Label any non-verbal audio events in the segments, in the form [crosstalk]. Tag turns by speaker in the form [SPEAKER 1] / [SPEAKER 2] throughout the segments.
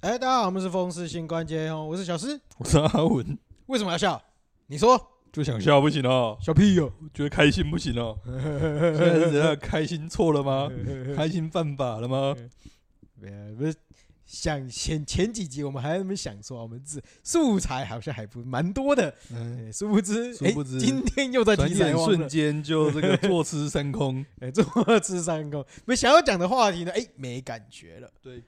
[SPEAKER 1] 哎大家好，我们是风湿性关节炎，哦我是小诗。
[SPEAKER 2] 我是阿文，
[SPEAKER 1] 为什么要笑？你说，
[SPEAKER 2] 就想笑不行哦，
[SPEAKER 1] 小屁
[SPEAKER 2] [laughs]
[SPEAKER 1] 友。
[SPEAKER 2] 觉得开心不行哦。现在是怎样？开心错了吗？开心犯法了吗？
[SPEAKER 1] 没有，不是想前前几集我们还在那边想说，我们这素材好像还不蛮多的，
[SPEAKER 2] 嗯，
[SPEAKER 1] 哎殊不知，
[SPEAKER 2] 殊
[SPEAKER 1] 哎
[SPEAKER 2] 不知
[SPEAKER 1] 今天又在
[SPEAKER 2] 转
[SPEAKER 1] 题材
[SPEAKER 2] 眼
[SPEAKER 1] 忘
[SPEAKER 2] 瞬
[SPEAKER 1] 了，
[SPEAKER 2] 间就这个坐吃山空。
[SPEAKER 1] 哎，做吃三公，没想要讲的话题呢，哎，没感觉了。
[SPEAKER 2] 对，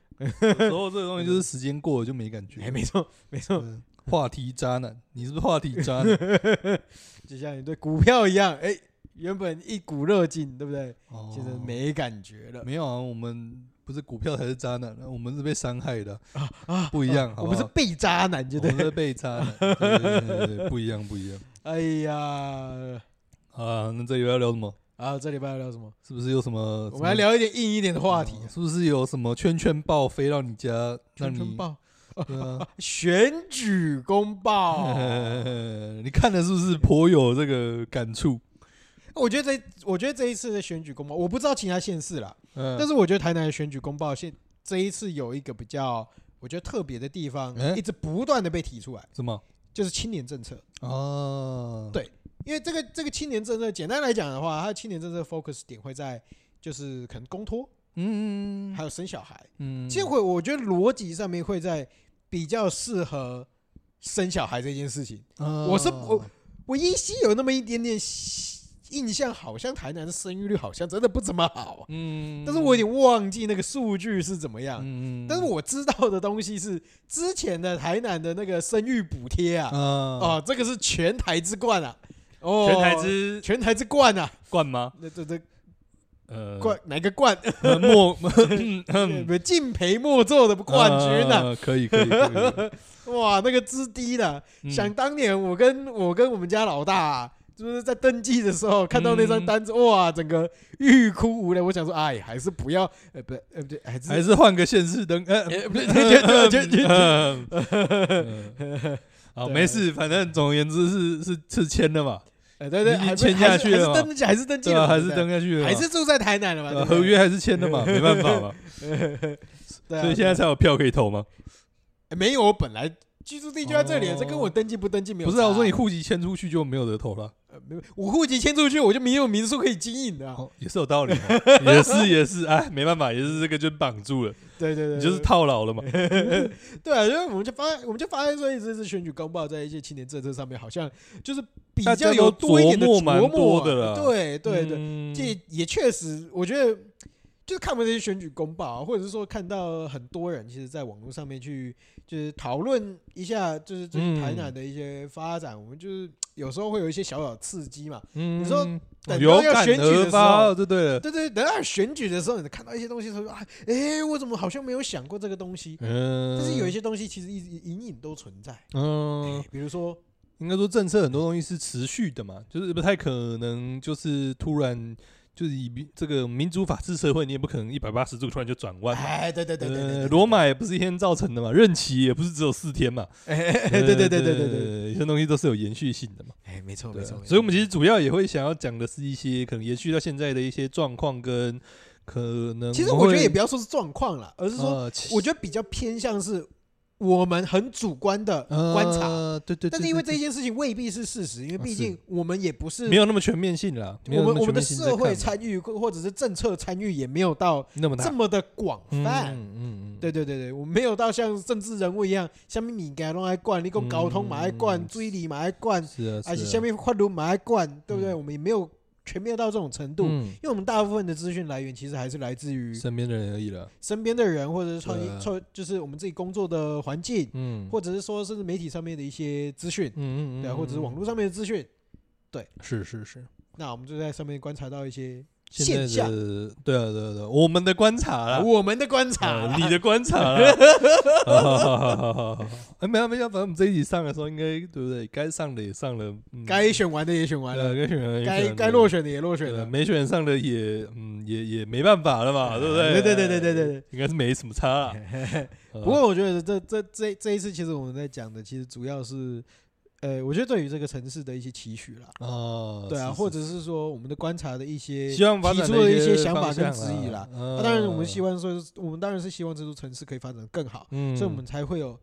[SPEAKER 2] 有时候这个东西就是时间过了就没感觉
[SPEAKER 1] 哎，。没错，没错， [laughs]
[SPEAKER 2] 嗯话题渣男，你是不是话题渣男？
[SPEAKER 1] 就像你对股票一样，哎，原本一股热劲，对不对？
[SPEAKER 2] 哦
[SPEAKER 1] 现在没感觉了。
[SPEAKER 2] 没有啊，我们不是股票才是渣男，我们是被伤害的啊，不一样，好
[SPEAKER 1] 我
[SPEAKER 2] 不
[SPEAKER 1] 们是
[SPEAKER 2] 好？
[SPEAKER 1] 被渣男，就
[SPEAKER 2] 我
[SPEAKER 1] 对
[SPEAKER 2] 们。是被渣男，对对对对对对不一样，不一样。
[SPEAKER 1] 哎呀，
[SPEAKER 2] 啊，那这里要聊什么？
[SPEAKER 1] 啊，这礼拜要聊什么？
[SPEAKER 2] 是不是有什么？
[SPEAKER 1] 我
[SPEAKER 2] 什
[SPEAKER 1] 们
[SPEAKER 2] 么
[SPEAKER 1] 来聊一点硬一点的话题
[SPEAKER 2] 哦。是不是有呃什么圈圈报飞到你家，
[SPEAKER 1] 全
[SPEAKER 2] 让你
[SPEAKER 1] 春报
[SPEAKER 2] 对啊
[SPEAKER 1] 选举公
[SPEAKER 2] [laughs]
[SPEAKER 1] 报，哦
[SPEAKER 2] 你看的是不是颇有这个感触？
[SPEAKER 1] 我觉得这我觉得这一次的选举公报，我不知道其他县市啦，
[SPEAKER 2] 嗯，
[SPEAKER 1] 但是我觉得台南的选举公报现这一次有一个比较我觉得特别的地方，
[SPEAKER 2] 哎
[SPEAKER 1] 一直不断的被提出来，
[SPEAKER 2] 什么
[SPEAKER 1] 就是青年政策。
[SPEAKER 2] 啊？
[SPEAKER 1] 对因为这个这个青年政策，简单来讲的话，它的青年政策 focus 点会在就是可能公托，
[SPEAKER 2] 嗯，嗯
[SPEAKER 1] 还有生小孩。
[SPEAKER 2] 嗯，
[SPEAKER 1] 这会我觉得逻辑上面会在比较适合生小孩这件事情。
[SPEAKER 2] 我
[SPEAKER 1] 我是我我依稀有那么一点点印象，好像台南的生育率好像真的不怎么好啊，
[SPEAKER 2] 嗯，
[SPEAKER 1] 但是我有点忘记那个数据是怎么样。
[SPEAKER 2] 嗯，
[SPEAKER 1] 但是我知道的东西是之前的台南的那个生育补贴啊，
[SPEAKER 2] 啊
[SPEAKER 1] 哦，这个是全台之冠啊，哦，
[SPEAKER 2] 全台之
[SPEAKER 1] 全台之冠啊，
[SPEAKER 2] 冠吗？
[SPEAKER 1] 那这这
[SPEAKER 2] 呃，
[SPEAKER 1] 冠哪个冠？
[SPEAKER 2] 呃莫
[SPEAKER 1] [laughs]
[SPEAKER 2] 嗯
[SPEAKER 1] 敬陪末座的冠军啊，
[SPEAKER 2] 啊，可以可以，可以可
[SPEAKER 1] [laughs]
[SPEAKER 2] 以
[SPEAKER 1] 哇，那个之低了。 [laughs]
[SPEAKER 2] 嗯
[SPEAKER 1] 想当年，我跟我跟我们家老大、啊，就是在登记的时候看到那张单子，
[SPEAKER 2] 嗯
[SPEAKER 1] 哇，整个欲哭无泪。我想说，哎，还是不要，呃，不，呃，不对，还是，
[SPEAKER 2] 还是换个县市灯，呃，
[SPEAKER 1] 呃不是就就就就就
[SPEAKER 2] 嗯嗯好，
[SPEAKER 1] 对
[SPEAKER 2] 没事，反正总而言之是是是签了嘛，
[SPEAKER 1] [laughs] 呃，对对，
[SPEAKER 2] 已经
[SPEAKER 1] 还不
[SPEAKER 2] 签下去了嘛
[SPEAKER 1] 还是还是登记，还是登记
[SPEAKER 2] 对啊，
[SPEAKER 1] 了，
[SPEAKER 2] 还
[SPEAKER 1] 对
[SPEAKER 2] 是
[SPEAKER 1] 不对
[SPEAKER 2] 登，下去了嘛，
[SPEAKER 1] 还是住在台南了嘛，对
[SPEAKER 2] 呃
[SPEAKER 1] 不对
[SPEAKER 2] 合，约还是签了嘛，没办法嘛，
[SPEAKER 1] [laughs] 对啊
[SPEAKER 2] 所以现在才有票可以投吗？
[SPEAKER 1] 哎没有，我本来居住地就在这里，
[SPEAKER 2] 哦
[SPEAKER 1] 这跟我登记不登记没有
[SPEAKER 2] 不
[SPEAKER 1] 差啊。
[SPEAKER 2] 是啊，我说你户籍迁出去就没有得投了，
[SPEAKER 1] 呃，没有，我户籍迁出去，我就没有民宿可以经营的啊。
[SPEAKER 2] 哦，也是有道
[SPEAKER 1] [laughs]
[SPEAKER 2] 理嘛，也是也是，哎，没办法，也是这个就绑住了，
[SPEAKER 1] 对对对，
[SPEAKER 2] 你就是
[SPEAKER 1] 对
[SPEAKER 2] 套牢了嘛，
[SPEAKER 1] 对啊，因为我们就发现，我们就发现说，一直是选举公报在一些青年政策上面，好像就是比
[SPEAKER 2] 大
[SPEAKER 1] 较
[SPEAKER 2] 家
[SPEAKER 1] 有
[SPEAKER 2] 都
[SPEAKER 1] 多一点的
[SPEAKER 2] 琢磨蛮
[SPEAKER 1] 琢磨
[SPEAKER 2] 多的啦
[SPEAKER 1] 对对对，
[SPEAKER 2] 嗯
[SPEAKER 1] 这、也确实，我觉得就是看完这些选举公报、啊，或者是说看到很多人其实在网络上面去就是讨论一下，就是最近台
[SPEAKER 2] 嗯
[SPEAKER 1] 南的一些发展，我们就是有时候会有一些小小刺激嘛。
[SPEAKER 2] 嗯
[SPEAKER 1] 你说等到
[SPEAKER 2] 有
[SPEAKER 1] 要
[SPEAKER 2] 感
[SPEAKER 1] 选举的
[SPEAKER 2] 而
[SPEAKER 1] 时
[SPEAKER 2] 发
[SPEAKER 1] 候
[SPEAKER 2] 就对了，
[SPEAKER 1] 对对，等到选举的时候，你看到一些东西的时候，哎，哎，我怎么好像没有想过这个东西？
[SPEAKER 2] 嗯，
[SPEAKER 1] 但是有一些东西其实一直隐隐都存在。
[SPEAKER 2] 嗯。
[SPEAKER 1] 比如说，
[SPEAKER 2] 应该说政策很多东西是持续的嘛，就是不太可能就是突然就是以民这个民主法治社会，你也不可能一百八十度突然就转弯嘛。
[SPEAKER 1] 哎，对对对对对对，
[SPEAKER 2] 呃，罗马也不是一天造成的嘛，任期也不是只有四天嘛。呃
[SPEAKER 1] 哎，哎哎 [laughs] 对对对对对对，
[SPEAKER 2] 对，有些东西都是有延续性的嘛。
[SPEAKER 1] 哎，没错
[SPEAKER 2] 对
[SPEAKER 1] 没
[SPEAKER 2] 啊
[SPEAKER 1] 错，没错
[SPEAKER 2] 所以我们其实主要也会想要讲的是一些可能延续到现在的一些状况跟可能。
[SPEAKER 1] 其实我觉得也不要说是状况啦，而是说，
[SPEAKER 2] 呃，
[SPEAKER 1] 我觉得比较偏向是我们很主观的
[SPEAKER 2] 呃
[SPEAKER 1] 观察，，
[SPEAKER 2] 对对对，
[SPEAKER 1] 但是因为这
[SPEAKER 2] 对
[SPEAKER 1] 件事情未必是事实，因为
[SPEAKER 2] 啊
[SPEAKER 1] 毕
[SPEAKER 2] 是
[SPEAKER 1] 竟我们也不是
[SPEAKER 2] 对没有那么全面性啦，没
[SPEAKER 1] 我
[SPEAKER 2] 有那
[SPEAKER 1] 们
[SPEAKER 2] 么
[SPEAKER 1] 我们
[SPEAKER 2] 全
[SPEAKER 1] 的
[SPEAKER 2] 面性在
[SPEAKER 1] 社会
[SPEAKER 2] 看
[SPEAKER 1] 参与或或者是政策参与也没有到
[SPEAKER 2] 那么大
[SPEAKER 1] 这么的广泛。
[SPEAKER 2] 嗯嗯嗯，
[SPEAKER 1] 对对对对，我们没有到像政治人物一样，像米该弄爱灌，你讲交通嘛爱灌，
[SPEAKER 2] 嗯
[SPEAKER 1] 水利嘛爱灌，
[SPEAKER 2] 是啊，
[SPEAKER 1] 而且
[SPEAKER 2] 啊
[SPEAKER 1] 下面换路马来灌，对不对？
[SPEAKER 2] 嗯
[SPEAKER 1] 我们也没有全面到这种程度，
[SPEAKER 2] 嗯
[SPEAKER 1] 因为我们大部分的资讯来源其实还是来自于
[SPEAKER 2] 身边的人而已了。
[SPEAKER 1] 身边的人，或者是创
[SPEAKER 2] 对
[SPEAKER 1] 业
[SPEAKER 2] 啊
[SPEAKER 1] 创，就是我们自己工作的环境，
[SPEAKER 2] 嗯，
[SPEAKER 1] 或者是说甚至媒体上面的一些资讯，
[SPEAKER 2] 嗯嗯嗯，
[SPEAKER 1] 对啊，或者是网
[SPEAKER 2] 络，
[SPEAKER 1] 络上面的资讯。
[SPEAKER 2] 是是是，
[SPEAKER 1] 那我们就在上面观察到一些现
[SPEAKER 2] 现在
[SPEAKER 1] 象，
[SPEAKER 2] 的对啊对啊对啊，我们的观察啦，
[SPEAKER 1] 我们的哦观察
[SPEAKER 2] 呃
[SPEAKER 1] 啦，
[SPEAKER 2] 你的观察
[SPEAKER 1] [laughs]
[SPEAKER 2] 啦。好好好好好好好，哎，没有没有，反正我们这一集上的时候，应该对不对？该上的也上了，嗯
[SPEAKER 1] 该选完的也选完
[SPEAKER 2] 对啊
[SPEAKER 1] 了，
[SPEAKER 2] 该选的也选
[SPEAKER 1] 该
[SPEAKER 2] 了
[SPEAKER 1] 该落选的也落选
[SPEAKER 2] 对啊
[SPEAKER 1] 了，
[SPEAKER 2] 没选上的也嗯也也没办法了嘛，对不对？
[SPEAKER 1] 对对对对对对对。
[SPEAKER 2] 应该是没什么
[SPEAKER 1] [laughs]
[SPEAKER 2] 差啦。
[SPEAKER 1] 不过我觉得这这这这一次，其实我们在讲的，其实主要是，呃、呃，我觉得对于这个城市的一些期许啦，
[SPEAKER 2] 啊，
[SPEAKER 1] 对啊，
[SPEAKER 2] 是
[SPEAKER 1] 或
[SPEAKER 2] 是
[SPEAKER 1] 者是说我们的观察的一些
[SPEAKER 2] 希望发
[SPEAKER 1] 提
[SPEAKER 2] 展
[SPEAKER 1] 出的
[SPEAKER 2] 一
[SPEAKER 1] 一些想法
[SPEAKER 2] 方
[SPEAKER 1] 跟
[SPEAKER 2] 向
[SPEAKER 1] 指引啦。
[SPEAKER 2] 嗯
[SPEAKER 1] 那当然，我们希，望说，我们当然是希望这座城市可以发展得更好，
[SPEAKER 2] 嗯
[SPEAKER 1] 所以我们才会有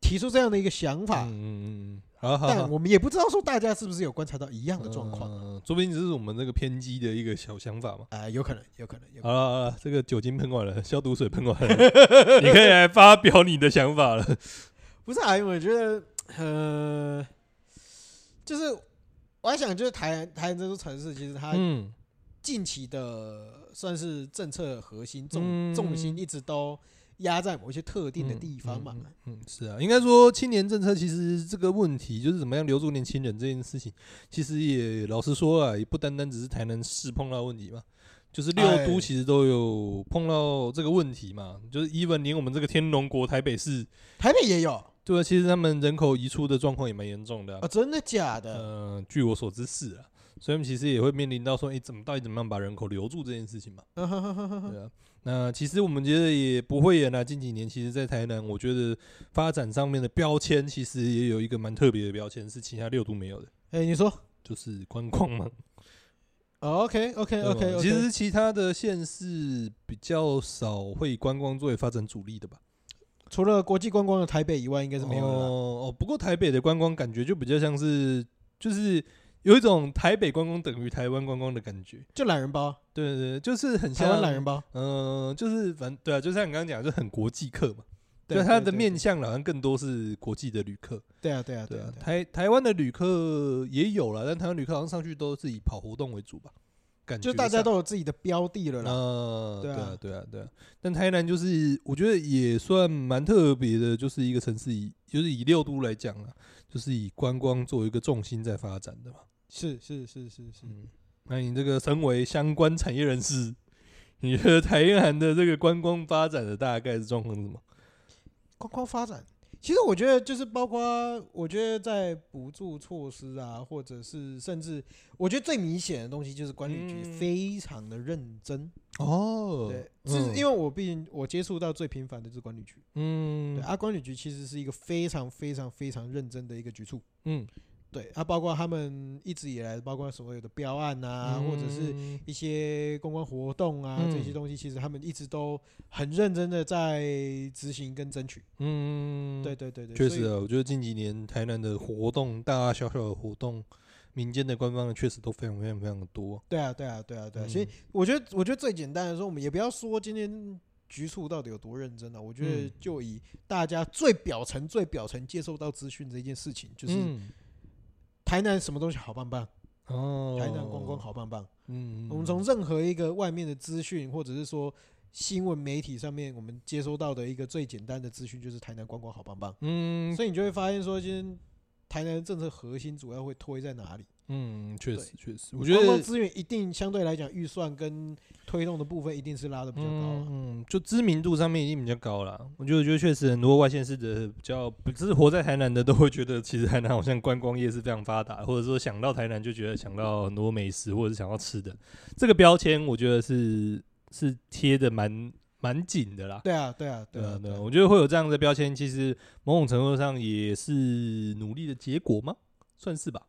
[SPEAKER 1] 提出这样的一个想法
[SPEAKER 2] 嗯。嗯嗯嗯，好好
[SPEAKER 1] 但
[SPEAKER 2] 好，
[SPEAKER 1] 我们也不知道说大家是不是有观察到一样的状况
[SPEAKER 2] 嗯，说不定只是我们这个偏激的一个小想法嘛。
[SPEAKER 1] 啊，有可能，有可能，有可
[SPEAKER 2] 好了好了，这个酒精喷完了，消毒水喷完了，你可以来发表你的想法了。
[SPEAKER 1] 能不是啊，因为我觉得，呃，就是我还想，就是台南台南这座城市，其实它
[SPEAKER 2] 嗯，
[SPEAKER 1] 近期的算是政策核心重
[SPEAKER 2] 嗯
[SPEAKER 1] 重心一直都压在某一些特定的
[SPEAKER 2] 嗯
[SPEAKER 1] 地方嘛。
[SPEAKER 2] 嗯嗯嗯是啊，应该说青年政策其实这个问题就是怎么样留住年轻人这件事情，其实也老实说啊，也不单单只是台南市碰到的问题嘛，就是六
[SPEAKER 1] 哎
[SPEAKER 2] 都其实都有碰到这个问题嘛，就是 even 连我们这个天龙国台北市，
[SPEAKER 1] 台北也有啊，
[SPEAKER 2] 对啊，其实他们人口移出的状况也蛮严重的啊、
[SPEAKER 1] 真的假的？
[SPEAKER 2] 呃，据我所知是啊，所以我们其实也会面临到说，哎、怎么到底怎么样把人口留住这件事情嘛。对啊，那其实我们觉得也不会言啊。近几年其实，在台南，我觉得发展上面的标签其实也有一个蛮特别的标签，是其他六都没有的，
[SPEAKER 1] [laughs] 哎、你说、
[SPEAKER 2] 就是观光嘛。
[SPEAKER 1] 哦、？OK OK
[SPEAKER 2] [laughs] 对吧啊
[SPEAKER 1] OK，, o k
[SPEAKER 2] 其实其他的县市比较少会观光作为发展主力的吧。
[SPEAKER 1] 除了国际观光的台北以外，应该是没有了啦。
[SPEAKER 2] 哦哦，不过台北的观光感觉就比较像是，就是有一种台北观光等于台湾观光的感觉。
[SPEAKER 1] 就懒人包，
[SPEAKER 2] 对对对，就是很
[SPEAKER 1] 台
[SPEAKER 2] 像
[SPEAKER 1] 湾懒人包，
[SPEAKER 2] 嗯、就是反正对啊，就像你刚刚讲，就很国际客嘛。
[SPEAKER 1] 对
[SPEAKER 2] 对，它
[SPEAKER 1] 对
[SPEAKER 2] 的
[SPEAKER 1] 对
[SPEAKER 2] 面向好像更多是国际的旅客。
[SPEAKER 1] 对啊对啊
[SPEAKER 2] 对
[SPEAKER 1] 对啊，，
[SPEAKER 2] 啊台台湾的旅客也有了，但台湾旅客好像上去都是以跑活动为主吧，感觉
[SPEAKER 1] 就大家
[SPEAKER 2] 上
[SPEAKER 1] 都有自己的标的了啦。
[SPEAKER 2] 嗯，
[SPEAKER 1] 对
[SPEAKER 2] 对
[SPEAKER 1] 啊
[SPEAKER 2] 啊，对啊，对啊。但台南就是我觉得也算蛮特别的，就是一个城市以就是以六都来讲啊，就是以观光作为一个重心在发展的嘛。
[SPEAKER 1] 是是是是是，
[SPEAKER 2] 嗯，那你这个身为相关产业人士，你觉得台南的这个观光发展的大概是状况是什么？
[SPEAKER 1] 观光发展，其实我觉得就是包括，我觉得在补助措施啊，或者是甚至，我觉得最明显的东西就是管理局
[SPEAKER 2] 嗯
[SPEAKER 1] 非常的认真。
[SPEAKER 2] 哦
[SPEAKER 1] 对，是因为我毕竟我接触到最频繁的就是管理局，
[SPEAKER 2] 嗯
[SPEAKER 1] 对，啊，管理局其实是一个非常非常非常认真的一个局处。
[SPEAKER 2] 嗯
[SPEAKER 1] 对，啊，包括他们一直以来，包括所有的标案啊，或者是
[SPEAKER 2] 嗯
[SPEAKER 1] 一些公关活动啊，这些
[SPEAKER 2] 嗯
[SPEAKER 1] 东西，其实他们一直都很认真的在执行跟争取。
[SPEAKER 2] 嗯
[SPEAKER 1] 对对对对，
[SPEAKER 2] 确
[SPEAKER 1] 所
[SPEAKER 2] 实
[SPEAKER 1] 以
[SPEAKER 2] 啊，我觉得近几年台南的活动，大大小小的活动，民间的、官方的，确实都非常非常非常的多。
[SPEAKER 1] 对啊，对啊，对啊，对啊。
[SPEAKER 2] 嗯
[SPEAKER 1] 所以我觉得，我觉得最简单的说，我们也不要说今天局促到底有多认真啊。我觉得
[SPEAKER 2] 嗯
[SPEAKER 1] 就以大家最表层、最表层接受到资讯这件事情，就是
[SPEAKER 2] 嗯
[SPEAKER 1] 台南什么东西好棒棒，
[SPEAKER 2] 哦，
[SPEAKER 1] 台南观光，好棒棒。
[SPEAKER 2] 嗯，
[SPEAKER 1] 我们从任何一个外面的资讯，或者是说新闻媒体上面，我们接收到的一个最简单的资讯就是台南观光好棒棒。
[SPEAKER 2] 嗯
[SPEAKER 1] 所以你就会发现说，今天台南的政策核心主要会推在哪里？
[SPEAKER 2] 嗯，确实确实，我觉
[SPEAKER 1] 观光
[SPEAKER 2] 得
[SPEAKER 1] 资源一定相对来讲，预算跟推动的部分一定是拉的比较高、啊。
[SPEAKER 2] 嗯，就知名度上面一定比较高啦。我觉得，我觉得确实很多外县市的比较，不是活在台南的，都会觉得其实台南好像观光业是非常发达，或者说想到台南就觉得想到很多美食或者是想要吃的。这个标签，我觉得是是贴的蛮蛮紧的啦。
[SPEAKER 1] 对啊，对啊，
[SPEAKER 2] 对
[SPEAKER 1] 啊
[SPEAKER 2] 啊，，对啊，
[SPEAKER 1] 啊
[SPEAKER 2] 我觉得会有这样的标签，其实某种程度上也是努力的结果吗？算是吧。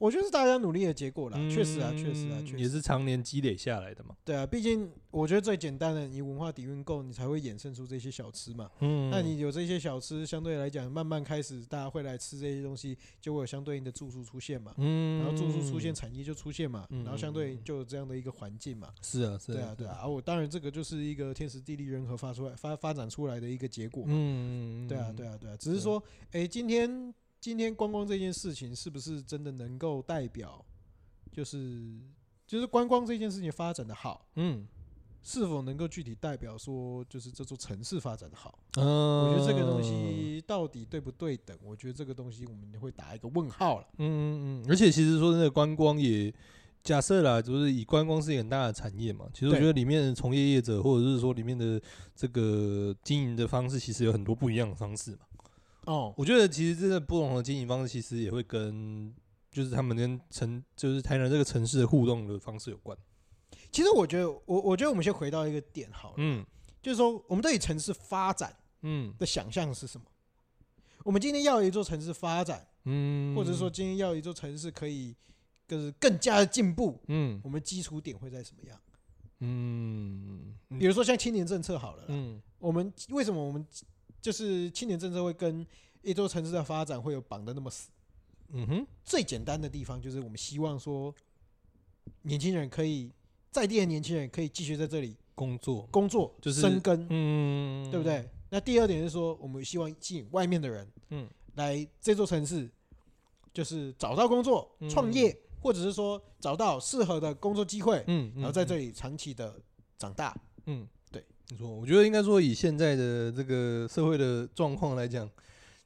[SPEAKER 1] 我觉得是大家努力的结果啦，确实啊，
[SPEAKER 2] 嗯
[SPEAKER 1] 确实啊，确
[SPEAKER 2] 也
[SPEAKER 1] 实。
[SPEAKER 2] 是常年积累下来的嘛。
[SPEAKER 1] 对啊，毕竟我觉得最简单的，你文化底蕴够，你才会衍生出这些小吃嘛。
[SPEAKER 2] 嗯，
[SPEAKER 1] 那你有这些小吃，相对来讲，慢慢开始大家会来吃这些东西，就会有相对应的住宿出现嘛。
[SPEAKER 2] 嗯，
[SPEAKER 1] 然后住宿出现，产业就出现嘛，
[SPEAKER 2] 嗯
[SPEAKER 1] 然后相对
[SPEAKER 2] 嗯嗯
[SPEAKER 1] 就有这样的一个环境嘛。
[SPEAKER 2] 是啊，是
[SPEAKER 1] 对啊，对啊。，啊，我当然这个就是一个天时地利人和发出来发发展出来的一个结果嘛。
[SPEAKER 2] 嗯，
[SPEAKER 1] 对啊，
[SPEAKER 2] 嗯
[SPEAKER 1] 对，啊，对啊，只是
[SPEAKER 2] 对啊
[SPEAKER 1] 说，哎、今天今天观光这件事情是不是真的能够代表，就是就是观光这件事情发展的好，
[SPEAKER 2] 嗯，
[SPEAKER 1] 是否能够具体代表说，就是这座城市发展的好？
[SPEAKER 2] 嗯
[SPEAKER 1] 我觉得这个东，
[SPEAKER 2] 呃
[SPEAKER 1] 西到底对不对等，我觉得这个东西我们会打一个问号了。
[SPEAKER 2] 嗯嗯嗯，而且其实说真的，观光也假设啦，就是以观光是一个很大的产业嘛，其实我
[SPEAKER 1] 对
[SPEAKER 2] 觉得里面的从业业者或者是说里面的这个经营的方式，其实有很多不一样的方式嘛。
[SPEAKER 1] 哦，
[SPEAKER 2] 我觉得其实真的不同的经营方式，其实也会跟就是他们跟城，就是台南这个城市的互动的方式有关。
[SPEAKER 1] 其实我觉得，我我觉得我们先回到一个点好了，
[SPEAKER 2] 嗯
[SPEAKER 1] 就是说，我们对于城市发展
[SPEAKER 2] 嗯
[SPEAKER 1] 的想象是什么？我们今天要一座城市发展，
[SPEAKER 2] 嗯，
[SPEAKER 1] 或者说，今天要一座城市可以就是更加的进步，
[SPEAKER 2] 嗯
[SPEAKER 1] 我们基础点会在什么样？
[SPEAKER 2] 嗯
[SPEAKER 1] 比如说像青年政策好了啦，
[SPEAKER 2] 嗯
[SPEAKER 1] 我们为什么我们就是青年政策会跟一座城市的发展会有绑得那么死？
[SPEAKER 2] 嗯哼，
[SPEAKER 1] 最简单的地方就是我们希望说，年轻人可以在地的年轻人可以继续在这里
[SPEAKER 2] 工作，
[SPEAKER 1] 工作，
[SPEAKER 2] 就是
[SPEAKER 1] 生根，
[SPEAKER 2] 嗯，
[SPEAKER 1] 对不？对？那第二点是说，我们希望吸引外面的人，
[SPEAKER 2] 嗯，
[SPEAKER 1] 来这座城市，就是找到工作、
[SPEAKER 2] 嗯
[SPEAKER 1] 创业，或者是说找到适合的工作机会，
[SPEAKER 2] 嗯，
[SPEAKER 1] 然后在
[SPEAKER 2] 嗯
[SPEAKER 1] 这里长期的长大。
[SPEAKER 2] 嗯，
[SPEAKER 1] 对，
[SPEAKER 2] 没错。我觉得应该说，以现在的这个社会的状况来讲，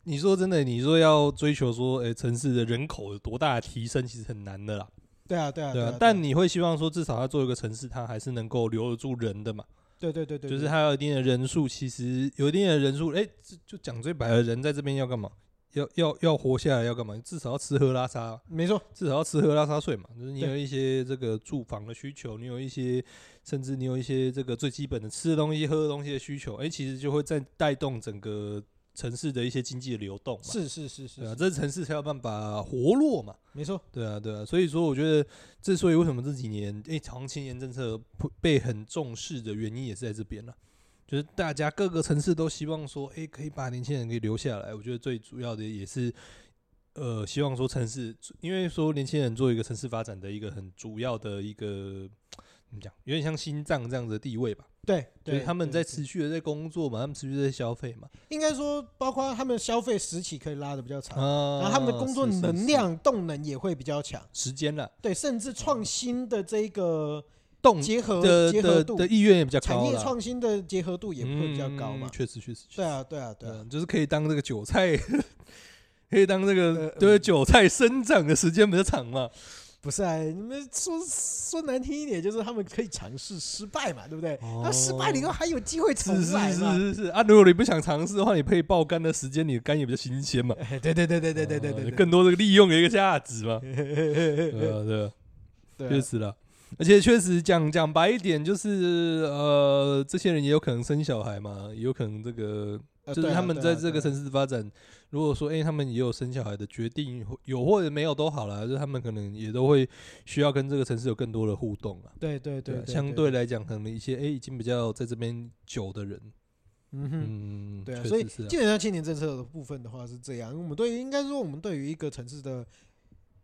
[SPEAKER 2] 你说真的，你说要追求说，诶、城市的人口有多大的提升，其实很难的啦。
[SPEAKER 1] 对啊，对啊，
[SPEAKER 2] 对
[SPEAKER 1] 啊
[SPEAKER 2] 啊，。但你会希望说，至少要做一个城市，它还是能够留得住人的嘛？
[SPEAKER 1] 对对对对，
[SPEAKER 2] 就是
[SPEAKER 1] 对
[SPEAKER 2] 它有一定的人数，其实有一定的人数，诶、这就讲最白了，人在这边要干嘛？要要要活下来要干嘛？至少要吃喝拉撒，
[SPEAKER 1] 没错，
[SPEAKER 2] 至少要吃喝拉撒睡嘛，就是你
[SPEAKER 1] 对
[SPEAKER 2] 有一些这个住房的需求，你有一些甚至你有一些这个最基本的吃的东西、喝的东西的需求，哎、其实就会在带动整个城市的一些经济的流动嘛。
[SPEAKER 1] 是是是是
[SPEAKER 2] 对啊，
[SPEAKER 1] 是，
[SPEAKER 2] 这城市才有办法活络嘛。
[SPEAKER 1] 没错，
[SPEAKER 2] 对啊，对啊，所以说我觉得，之所以为什么这几年诶、长青年政策不被很重视的原因，也是在这边了、就是大家各个城市都希望说，诶、可以把年轻人给留下来。我觉得最主要的也是，呃，希望说城市，因为说年轻人做一个城市发展的一个很主要的一个怎么讲，有点像心脏这样子的地位吧。
[SPEAKER 1] 对
[SPEAKER 2] 就是
[SPEAKER 1] 对，
[SPEAKER 2] 他们
[SPEAKER 1] 对
[SPEAKER 2] 在
[SPEAKER 1] 对
[SPEAKER 2] 持续的在工作嘛，他们持续地在消费嘛，
[SPEAKER 1] 应该说，包括他们消费时期可以拉的比较长，
[SPEAKER 2] 啊，
[SPEAKER 1] 然后他们的工作
[SPEAKER 2] 是是是
[SPEAKER 1] 能量、动能也会比较强。
[SPEAKER 2] 时间啦，
[SPEAKER 1] 对，甚至创新的这一个
[SPEAKER 2] 动
[SPEAKER 1] 结合
[SPEAKER 2] 嗯的
[SPEAKER 1] 结合
[SPEAKER 2] 的
[SPEAKER 1] 度
[SPEAKER 2] 的，意愿也比较
[SPEAKER 1] 产
[SPEAKER 2] 高
[SPEAKER 1] 业
[SPEAKER 2] 啦。
[SPEAKER 1] 创新的结合度也会比较高嘛
[SPEAKER 2] 嗯。确实，确实，确实
[SPEAKER 1] 对啊，对啊，对
[SPEAKER 2] 对
[SPEAKER 1] 啊
[SPEAKER 2] 啊，，就是可以当这个韭菜， [laughs] 可以当这个
[SPEAKER 1] 呃
[SPEAKER 2] 对
[SPEAKER 1] 嗯
[SPEAKER 2] 韭菜生长的时间比较长嘛。
[SPEAKER 1] 不是啊，你们说说难听一点，就是他们可以尝试失败嘛，对不对？
[SPEAKER 2] 哦
[SPEAKER 1] 那失败你以后还有机会重
[SPEAKER 2] 是是
[SPEAKER 1] 来
[SPEAKER 2] 是
[SPEAKER 1] 嘛？
[SPEAKER 2] 是是啊，如果你不想尝试的话，你可以爆肝的时间，你的肝也比较新鲜嘛。
[SPEAKER 1] 哎对对对对对对对
[SPEAKER 2] 啊
[SPEAKER 1] 对，
[SPEAKER 2] 更多这个利用的一个价
[SPEAKER 1] [laughs]
[SPEAKER 2] 值嘛。对啊，对啊。
[SPEAKER 1] 对
[SPEAKER 2] 确
[SPEAKER 1] 啊
[SPEAKER 2] 实了。而且确实讲讲白一点，就是呃，这些人也有可能生小孩嘛，也有可能这个，
[SPEAKER 1] 呃
[SPEAKER 2] 就是
[SPEAKER 1] 对啊
[SPEAKER 2] 他们
[SPEAKER 1] 对
[SPEAKER 2] 在
[SPEAKER 1] 啊
[SPEAKER 2] 这
[SPEAKER 1] 对
[SPEAKER 2] 个城
[SPEAKER 1] 啊
[SPEAKER 2] 市发展，如果说哎、诶他们也有生小孩的决定，或有或者没有都好啦，就是他们可能也都会需要跟这个城市有更多的互动啊。
[SPEAKER 1] 对对
[SPEAKER 2] 对啊，
[SPEAKER 1] 对，
[SPEAKER 2] 相对来讲，可能一些哎、诶已经比较在这边久的人，
[SPEAKER 1] 嗯哼。
[SPEAKER 2] 嗯，
[SPEAKER 1] 对啊，
[SPEAKER 2] 确
[SPEAKER 1] 所以
[SPEAKER 2] 实是啊
[SPEAKER 1] 基本上青年政策的部分的话是这样，我们对于应该说我们对于一个城市的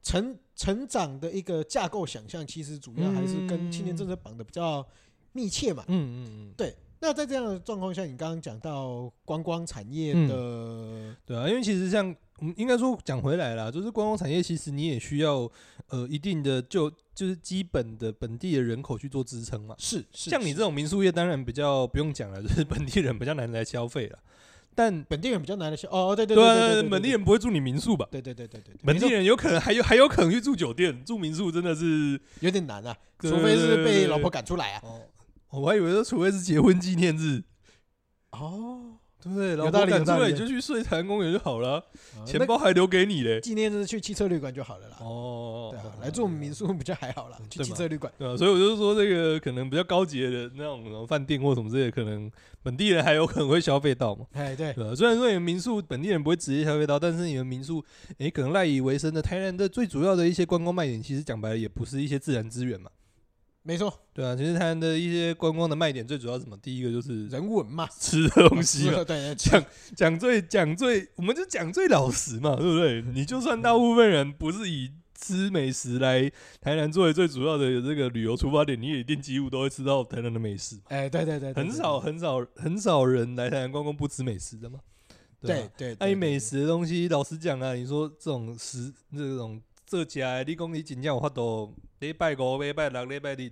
[SPEAKER 1] 成成长的一个架构想象，其实主要还是跟青年政策绑的比较密切嘛。
[SPEAKER 2] 嗯嗯嗯，
[SPEAKER 1] 对，那在这样的状况下，你刚刚讲到观光产业
[SPEAKER 2] 嗯
[SPEAKER 1] 的，
[SPEAKER 2] 对啊，因为其实像我们应该说讲回来啦，就是观光产业，其实你也需要呃一定的就就是基本的本地的人口去做支撑嘛。
[SPEAKER 1] 是是
[SPEAKER 2] 像你
[SPEAKER 1] 是
[SPEAKER 2] 这种民宿业，当然比较不用讲了，就是本地人比较难来消费了。但
[SPEAKER 1] 本地人比较难的消哦，对对
[SPEAKER 2] 对
[SPEAKER 1] 对
[SPEAKER 2] 啊，
[SPEAKER 1] 对，
[SPEAKER 2] 本地人不会住你民宿吧？
[SPEAKER 1] 对对对对对，对
[SPEAKER 2] 本
[SPEAKER 1] 没错
[SPEAKER 2] 地人有可能还有还有可能去住酒店，住民宿真的是，
[SPEAKER 1] 有点难啊，
[SPEAKER 2] 对
[SPEAKER 1] 除非是
[SPEAKER 2] 对对
[SPEAKER 1] 被老婆赶出来啊。
[SPEAKER 2] 哦，我还以为说除非是结婚纪念日，
[SPEAKER 1] 哦，
[SPEAKER 2] 对不对？
[SPEAKER 1] 有
[SPEAKER 2] 老
[SPEAKER 1] 道
[SPEAKER 2] 婆
[SPEAKER 1] 理
[SPEAKER 2] 赶
[SPEAKER 1] 有
[SPEAKER 2] 出
[SPEAKER 1] 道
[SPEAKER 2] 来
[SPEAKER 1] 理
[SPEAKER 2] 你就去睡台湾公园就好了，
[SPEAKER 1] 啊
[SPEAKER 2] 哦钱
[SPEAKER 1] 那
[SPEAKER 2] 包还留给你嘞。
[SPEAKER 1] 纪念日去汽车旅馆就好了啦。
[SPEAKER 2] 哦，
[SPEAKER 1] 对啊，来住我们民宿比较还好啦
[SPEAKER 2] 嗯，
[SPEAKER 1] 去
[SPEAKER 2] 对
[SPEAKER 1] 汽
[SPEAKER 2] 嘛
[SPEAKER 1] 车旅馆。
[SPEAKER 2] 对啊，所以我就说这个可能比较高级的那种什么饭店或什么之类的，可能本地人还有可能会消费到嘛。
[SPEAKER 1] 哎，对，
[SPEAKER 2] 对、啊，虽然说你们民宿本地人不会直接消费到，但是你们民宿，诶，可能赖以为生的台南的最主要的一些观光卖点，其实讲白了也不是一些自然资源嘛。
[SPEAKER 1] 没错，
[SPEAKER 2] 对啊，其实台南的一些观光的卖点最主要是什么？第一
[SPEAKER 1] [laughs]
[SPEAKER 2] 个就是
[SPEAKER 1] 人文嘛，
[SPEAKER 2] 吃的东西嘛，
[SPEAKER 1] [laughs] 对对
[SPEAKER 2] 讲讲最讲最，我们就讲最老实嘛，对不对？你就算大部分人不是以吃美食来台南作为最主要的这个旅游出发点，你也一定几乎都会吃到台南的美食嘛。
[SPEAKER 1] 哎，对对对，对
[SPEAKER 2] 很少，很少很少人来台南观光不吃美食的嘛。
[SPEAKER 1] 对
[SPEAKER 2] 啊，
[SPEAKER 1] 对对，
[SPEAKER 2] 爱
[SPEAKER 1] 对
[SPEAKER 2] 美，食的东西，老实讲啊，你说这种食这种这家，你讲你真正有法度礼拜五、礼拜六、礼拜日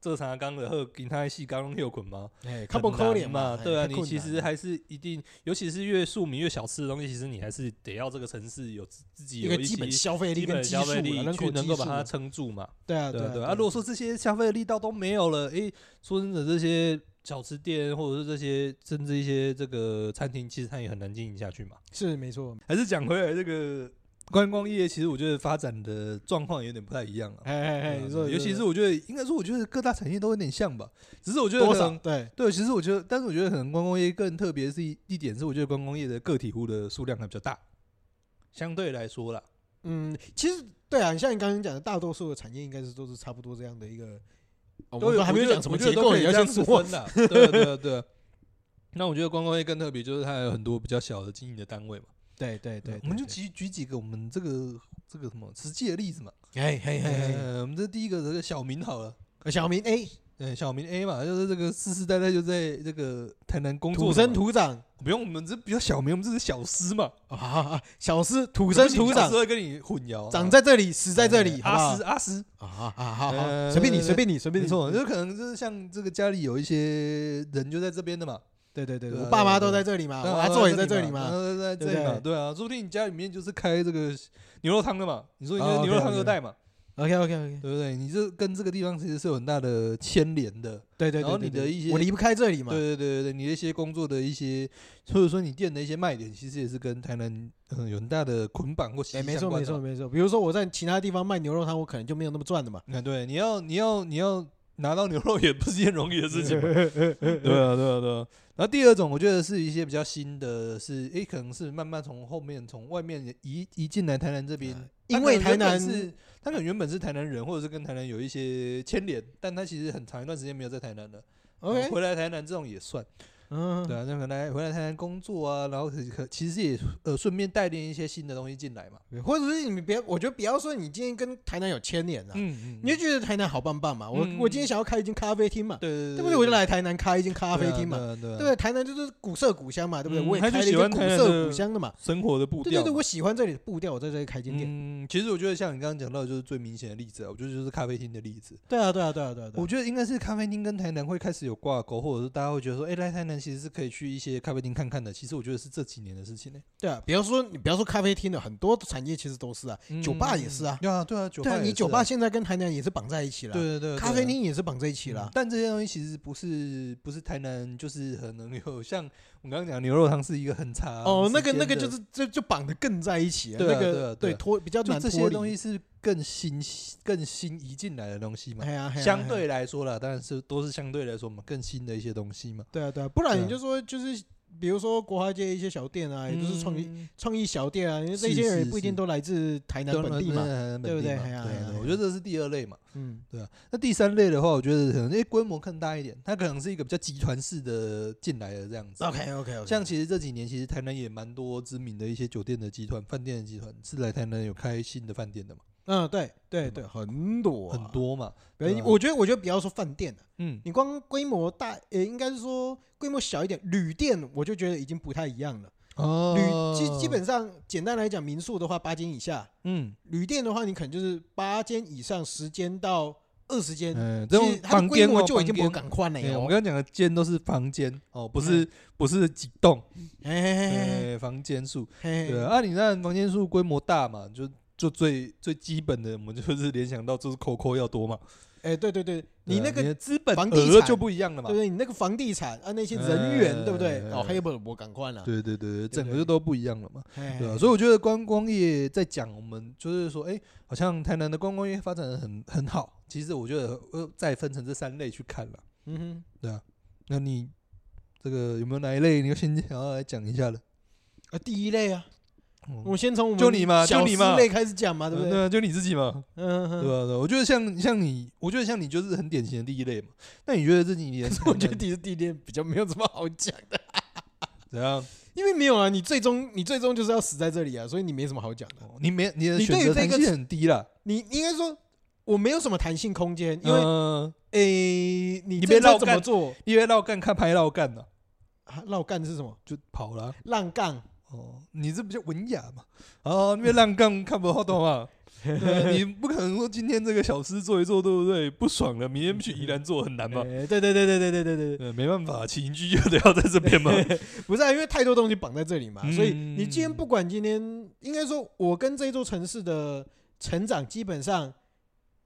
[SPEAKER 2] 这三天的后，其他的四天拢休困吗？
[SPEAKER 1] 对哎，看不可怜
[SPEAKER 2] 很难嘛，对啊，
[SPEAKER 1] 哎
[SPEAKER 2] 你
[SPEAKER 1] 太
[SPEAKER 2] 其
[SPEAKER 1] 困
[SPEAKER 2] 实
[SPEAKER 1] 难了
[SPEAKER 2] 还是一定，尤其是越庶民越小吃的东西，其实你还是得要这个城市有自自己
[SPEAKER 1] 一
[SPEAKER 2] 有
[SPEAKER 1] 个
[SPEAKER 2] 一
[SPEAKER 1] 基
[SPEAKER 2] 些
[SPEAKER 1] 本消费力
[SPEAKER 2] 基
[SPEAKER 1] 跟
[SPEAKER 2] 本
[SPEAKER 1] 基
[SPEAKER 2] 消
[SPEAKER 1] 数
[SPEAKER 2] 费
[SPEAKER 1] 啊，
[SPEAKER 2] 力
[SPEAKER 1] 人
[SPEAKER 2] 去
[SPEAKER 1] 口
[SPEAKER 2] 能
[SPEAKER 1] 基
[SPEAKER 2] 够
[SPEAKER 1] 数
[SPEAKER 2] 把它
[SPEAKER 1] 啊，
[SPEAKER 2] 撑住嘛。
[SPEAKER 1] 对啊
[SPEAKER 2] 对啊，对
[SPEAKER 1] 对
[SPEAKER 2] 啊。如果说这些消费的力道都没有了，诶，说真的，这些小吃店或者是这些甚至一些这个餐厅，其实它也很难经营下去嘛。
[SPEAKER 1] 是没错，
[SPEAKER 2] 还是讲回来这个观光业，其实我觉得发展的状况有点不太一样啊。
[SPEAKER 1] 哎哎哎，
[SPEAKER 2] 对啊
[SPEAKER 1] 你
[SPEAKER 2] 对啊
[SPEAKER 1] 说，
[SPEAKER 2] 尤其是我觉得，应该说，我觉得各大产业都有点像吧。只是我觉得
[SPEAKER 1] 多
[SPEAKER 2] 可
[SPEAKER 1] 少
[SPEAKER 2] 能
[SPEAKER 1] 对，啊
[SPEAKER 2] 对，其实我觉得，但是我觉得可能观光业更特别是一一点是，我觉得观光业的个体户的数量还比较大。相对来说啦，
[SPEAKER 1] 嗯，其实对啊，像你刚刚讲的，大多数的产业应该是都是差不多这样的一个，哦我
[SPEAKER 2] 都
[SPEAKER 1] 们
[SPEAKER 2] 有
[SPEAKER 1] 还没有
[SPEAKER 2] 我觉得
[SPEAKER 1] 讲什么
[SPEAKER 2] 我觉得
[SPEAKER 1] 结
[SPEAKER 2] 都
[SPEAKER 1] 构，
[SPEAKER 2] 可以
[SPEAKER 1] 你要
[SPEAKER 2] 这样
[SPEAKER 1] 先
[SPEAKER 2] 子
[SPEAKER 1] 说
[SPEAKER 2] 分。的，对对对。啊 [laughs] 那我觉得观光业更特别，就是它有很多比较小的经营的单位嘛。
[SPEAKER 1] 对对对，
[SPEAKER 2] 我们就
[SPEAKER 1] 对
[SPEAKER 2] 举举几个我们这个这个什么实际的例子嘛。
[SPEAKER 1] 嘿嘿嘿嘿
[SPEAKER 2] 呃，我们这第一个这个小明好了，
[SPEAKER 1] 呃，小明 A
[SPEAKER 2] 对，小明 A 嘛，就是这个世世代代就在这个台南工作
[SPEAKER 1] 土
[SPEAKER 2] 的
[SPEAKER 1] 生
[SPEAKER 2] 嘛，
[SPEAKER 1] 土长
[SPEAKER 2] 不用我们这比较小明，我们这是小师嘛，
[SPEAKER 1] 啊啊，啊小师土生土长
[SPEAKER 2] 师，会跟你混淆，
[SPEAKER 1] 长在这里，死在这
[SPEAKER 2] 嗯
[SPEAKER 1] 里，好不
[SPEAKER 2] 阿
[SPEAKER 1] 好
[SPEAKER 2] 师？阿师，
[SPEAKER 1] 啊啊，好好，
[SPEAKER 2] 呃
[SPEAKER 1] 随便你，随便你，随便
[SPEAKER 2] 没
[SPEAKER 1] 你。
[SPEAKER 2] 错，就可能就是像这个家里有一些人就在这边的嘛，
[SPEAKER 1] 对对对，对
[SPEAKER 2] 对啊
[SPEAKER 1] 我爸妈
[SPEAKER 2] 对
[SPEAKER 1] 都
[SPEAKER 2] 啊
[SPEAKER 1] 在这里嘛，我阿
[SPEAKER 2] 啊
[SPEAKER 1] 昼也在这里嘛。
[SPEAKER 2] 啊在
[SPEAKER 1] 对
[SPEAKER 2] 这
[SPEAKER 1] 不
[SPEAKER 2] 里嘛，
[SPEAKER 1] 对
[SPEAKER 2] 对啊，说不定你家里面就是开这个牛肉汤的嘛，你说你
[SPEAKER 1] 哦
[SPEAKER 2] 是牛肉汤
[SPEAKER 1] OK，OK
[SPEAKER 2] 二代嘛，
[SPEAKER 1] OK OK OK，
[SPEAKER 2] 对不对？你这跟这个地方其实是有很大的牵连的，
[SPEAKER 1] 对对对对。
[SPEAKER 2] 然后你
[SPEAKER 1] 对
[SPEAKER 2] 的一些
[SPEAKER 1] 我离不开这里嘛。
[SPEAKER 2] 对对对对，你的一些工作的一些，或者说你店的一些卖点，其实也是跟台南嗯有很大的捆绑或息
[SPEAKER 1] 哎，
[SPEAKER 2] 息
[SPEAKER 1] 没
[SPEAKER 2] 相
[SPEAKER 1] 错
[SPEAKER 2] 关
[SPEAKER 1] 没
[SPEAKER 2] 的啊
[SPEAKER 1] 错
[SPEAKER 2] 嘛。
[SPEAKER 1] 没错。比如说我在其他地方卖牛肉汤，我可能就没有那么赚的嘛。
[SPEAKER 2] 啊，对，你要你要你要拿到牛肉也 [laughs] 不是件容易的事情嘛。对啊对啊对啊。然后第二种，我觉得是一些比较新的是，诶，可能是慢慢从后面从外面移移进来台南这边
[SPEAKER 1] 啊，
[SPEAKER 2] 他
[SPEAKER 1] 因
[SPEAKER 2] 可
[SPEAKER 1] 为
[SPEAKER 2] 能
[SPEAKER 1] 台
[SPEAKER 2] 原本
[SPEAKER 1] 南
[SPEAKER 2] 是他可能原本是台南人，或者是跟台南有一些牵连，但他其实很长一段时间没有在台南了。然后
[SPEAKER 1] OK，
[SPEAKER 2] 回来台南这种也算。
[SPEAKER 1] 嗯，
[SPEAKER 2] 对啊，那可能回来台南工作啊，然后可可其实也呃顺便带练一些新的东西进来嘛。
[SPEAKER 1] 或者是你们别，我觉得不要说你今天跟台南有牵连啊，
[SPEAKER 2] 嗯
[SPEAKER 1] 你就觉得台南好棒棒嘛。我
[SPEAKER 2] 嗯
[SPEAKER 1] 我今天想要开一间咖啡厅嘛，
[SPEAKER 2] 对对
[SPEAKER 1] 对不对？我就来台南开一间咖啡厅嘛，
[SPEAKER 2] 对啊对啊
[SPEAKER 1] 对不
[SPEAKER 2] 对啊
[SPEAKER 1] 对？台南就是古色古香嘛，对不对？
[SPEAKER 2] 嗯
[SPEAKER 1] 我也
[SPEAKER 2] 他
[SPEAKER 1] 开了
[SPEAKER 2] 就
[SPEAKER 1] 一
[SPEAKER 2] 喜
[SPEAKER 1] 间
[SPEAKER 2] 欢
[SPEAKER 1] 古
[SPEAKER 2] 台南
[SPEAKER 1] 色
[SPEAKER 2] 的
[SPEAKER 1] 古香的嘛。
[SPEAKER 2] 生活的步
[SPEAKER 1] 对
[SPEAKER 2] 调
[SPEAKER 1] 对
[SPEAKER 2] 嘛。
[SPEAKER 1] 对，我喜欢这里的步调，我在这里开间店。
[SPEAKER 2] 嗯，其实我觉得像你刚刚讲到，的就是最明显的例子啊，我觉得就是咖啡厅的例子。
[SPEAKER 1] 对啊，对啊，对啊，对啊，对
[SPEAKER 2] 我
[SPEAKER 1] 啊。
[SPEAKER 2] 觉得应该是咖啡厅跟台南会开始有挂钩，或者是大家会觉得说，哎，来台南其实是可以去一些咖啡厅看看的。其实我觉得是这几年的事情呢。
[SPEAKER 1] 对啊，比方说你不要说咖啡厅了，很多产业其实都是啊，酒吧也是啊
[SPEAKER 2] 嗯对啊对啊，酒
[SPEAKER 1] 对
[SPEAKER 2] 吧
[SPEAKER 1] 啊，
[SPEAKER 2] 也
[SPEAKER 1] 你
[SPEAKER 2] 是
[SPEAKER 1] 酒
[SPEAKER 2] 啊
[SPEAKER 1] 吧现在跟台南也是绑在一起了，
[SPEAKER 2] 对对对，对
[SPEAKER 1] 咖啡
[SPEAKER 2] 啊
[SPEAKER 1] 厅也是绑在一起
[SPEAKER 2] 嗯
[SPEAKER 1] 了。
[SPEAKER 2] 但这些东西其实不是不是台南，就是可能有像我刚刚讲牛肉汤是一个很差
[SPEAKER 1] 哦，那个那个就是就就绑得更在一起了，
[SPEAKER 2] 对啊
[SPEAKER 1] 那
[SPEAKER 2] 对啊
[SPEAKER 1] 个
[SPEAKER 2] 对啊
[SPEAKER 1] 对脱比较
[SPEAKER 2] 就
[SPEAKER 1] 难
[SPEAKER 2] 这
[SPEAKER 1] 脱
[SPEAKER 2] 些
[SPEAKER 1] 离
[SPEAKER 2] 东。西是更新更新移进来的东西嘛
[SPEAKER 1] 哎。呀，哎呀
[SPEAKER 2] 相。
[SPEAKER 1] 哎呀
[SPEAKER 2] 对来说啦，当然是都是相对来说嘛，更新的一些东西嘛。
[SPEAKER 1] 对啊，对啊，不然
[SPEAKER 2] 对啊
[SPEAKER 1] 你就说就是，比如说国华街一些小店啊，
[SPEAKER 2] 哎
[SPEAKER 1] 也就是创意
[SPEAKER 2] 意
[SPEAKER 1] 创意小店啊，因为这
[SPEAKER 2] 嗯是
[SPEAKER 1] 些
[SPEAKER 2] 是
[SPEAKER 1] 人也不一
[SPEAKER 2] 是
[SPEAKER 1] 定都来自台南本地嘛。
[SPEAKER 2] 本
[SPEAKER 1] 对不
[SPEAKER 2] 地
[SPEAKER 1] 对
[SPEAKER 2] 嘛
[SPEAKER 1] 哎
[SPEAKER 2] 对
[SPEAKER 1] 呀
[SPEAKER 2] 啊
[SPEAKER 1] 哎呀
[SPEAKER 2] 对啊我觉得这是第二类嘛。
[SPEAKER 1] 嗯，
[SPEAKER 2] 对啊，那第三类的话，我觉得可能诶规模更大一点，它可能是一个比较集团式的进来的这样子。
[SPEAKER 1] OK OK OK，
[SPEAKER 2] 像其实这几年，其实台南也蛮多知名的一些酒店的集团、饭店的集团是来台南有开新的饭店的嘛，
[SPEAKER 1] 嗯，对对对，很多啊
[SPEAKER 2] 很。多嘛。
[SPEAKER 1] 对
[SPEAKER 2] 对啊
[SPEAKER 1] 我觉得我觉得不要说饭店了，
[SPEAKER 2] 嗯，
[SPEAKER 1] 你光规模大，呃，应该是说规模小一点，旅店我就觉得已经不太一样了。旅
[SPEAKER 2] 哦
[SPEAKER 1] 基基本上简单来讲，民宿的话八间以下，
[SPEAKER 2] 嗯
[SPEAKER 1] 旅店的话你可能就是八间以上，十间到二十间，
[SPEAKER 2] 嗯，这
[SPEAKER 1] 其实
[SPEAKER 2] 种
[SPEAKER 1] 它的
[SPEAKER 2] 房
[SPEAKER 1] 规
[SPEAKER 2] 间
[SPEAKER 1] 模
[SPEAKER 2] 哦
[SPEAKER 1] 就已经
[SPEAKER 2] 房
[SPEAKER 1] 不
[SPEAKER 2] 间
[SPEAKER 1] 敢换了哦
[SPEAKER 2] 哎我
[SPEAKER 1] 哟
[SPEAKER 2] 们。刚刚讲的间都是房间哦，不是不是几栋，
[SPEAKER 1] 嘿嘿嘿嘿嘿
[SPEAKER 2] 哎，房间数。
[SPEAKER 1] 嘿，
[SPEAKER 2] 对啊，啊你那房间数规模大嘛，就就最最基本的，我们就是联想到就是 COCO 要多嘛。
[SPEAKER 1] 哎、对对对，
[SPEAKER 2] 对
[SPEAKER 1] 你
[SPEAKER 2] 啊
[SPEAKER 1] 那个
[SPEAKER 2] 的资本
[SPEAKER 1] 房地
[SPEAKER 2] 额
[SPEAKER 1] 产
[SPEAKER 2] 就不一样了
[SPEAKER 1] 对
[SPEAKER 2] 嘛
[SPEAKER 1] 不。对？你那个房地产啊，那些人员、
[SPEAKER 2] 哎
[SPEAKER 1] 对不对？
[SPEAKER 2] 哎
[SPEAKER 1] 哦，
[SPEAKER 2] 哎
[SPEAKER 1] 黑本我赶快了，
[SPEAKER 2] 对对对对，整个
[SPEAKER 1] 对
[SPEAKER 2] 就都不一样了嘛。
[SPEAKER 1] 哎
[SPEAKER 2] 对啊，所以我觉得观光业在讲我们就是说，哎、好像台南的观光业发展的很很好。其实我觉得呃，再分成这三类去看了。
[SPEAKER 1] 嗯哼，
[SPEAKER 2] 那你这个有没有哪一类你要先想要来讲一下的？
[SPEAKER 1] 啊，第一类啊，
[SPEAKER 2] 嗯
[SPEAKER 1] 我们先从我们
[SPEAKER 2] 就你嘛就
[SPEAKER 1] 小吃
[SPEAKER 2] 你嘛
[SPEAKER 1] 类开始讲嘛，对不
[SPEAKER 2] 呃
[SPEAKER 1] 对？
[SPEAKER 2] 对啊，就你自己嘛，
[SPEAKER 1] 嗯
[SPEAKER 2] 对
[SPEAKER 1] 哼，
[SPEAKER 2] 吧、对啊我觉得像像你，我觉得像你就是很典型的第一类嘛。那你觉得这几年台
[SPEAKER 1] [laughs] [laughs]
[SPEAKER 2] 南，
[SPEAKER 1] 我觉得第一第一类比较没有什么好讲的，
[SPEAKER 2] 怎样？
[SPEAKER 1] 因为没有啊，你最
[SPEAKER 2] [laughs]
[SPEAKER 1] 终你最终就是要死在这里啊，所以你没什么好讲的。
[SPEAKER 2] 哦你没你的
[SPEAKER 1] 你
[SPEAKER 2] 选
[SPEAKER 1] 对于
[SPEAKER 2] 择
[SPEAKER 1] 这
[SPEAKER 2] 弹
[SPEAKER 1] 个
[SPEAKER 2] 性很低啦，
[SPEAKER 1] 你应该说我没有什么弹性空间，因为
[SPEAKER 2] 为
[SPEAKER 1] 诶、你
[SPEAKER 2] 嗯你被
[SPEAKER 1] 这招
[SPEAKER 2] 绕
[SPEAKER 1] 怎么
[SPEAKER 2] 干
[SPEAKER 1] 做？
[SPEAKER 2] 呃因为绕干看拍绕干了
[SPEAKER 1] 啊绕干是什么？
[SPEAKER 2] 就跑了啊。
[SPEAKER 1] 浪杠。
[SPEAKER 2] 哦，你这比较文雅嘛？哦，那边浪杠看不好
[SPEAKER 1] [laughs]
[SPEAKER 2] 懂嘛？对啊你不可能说今天这个小吃做一做，对不对？不爽了，明天去宜兰做很难吧？
[SPEAKER 1] 哎 [laughs] 对对对对对对对对。
[SPEAKER 2] 呃，没办法，起因居就得要在这边嘛。
[SPEAKER 1] 不是、啊，因为太多东西绑在这里嘛，
[SPEAKER 2] 嗯
[SPEAKER 1] 所以你今天不管今天，应该说，我跟这座城市的成长基本上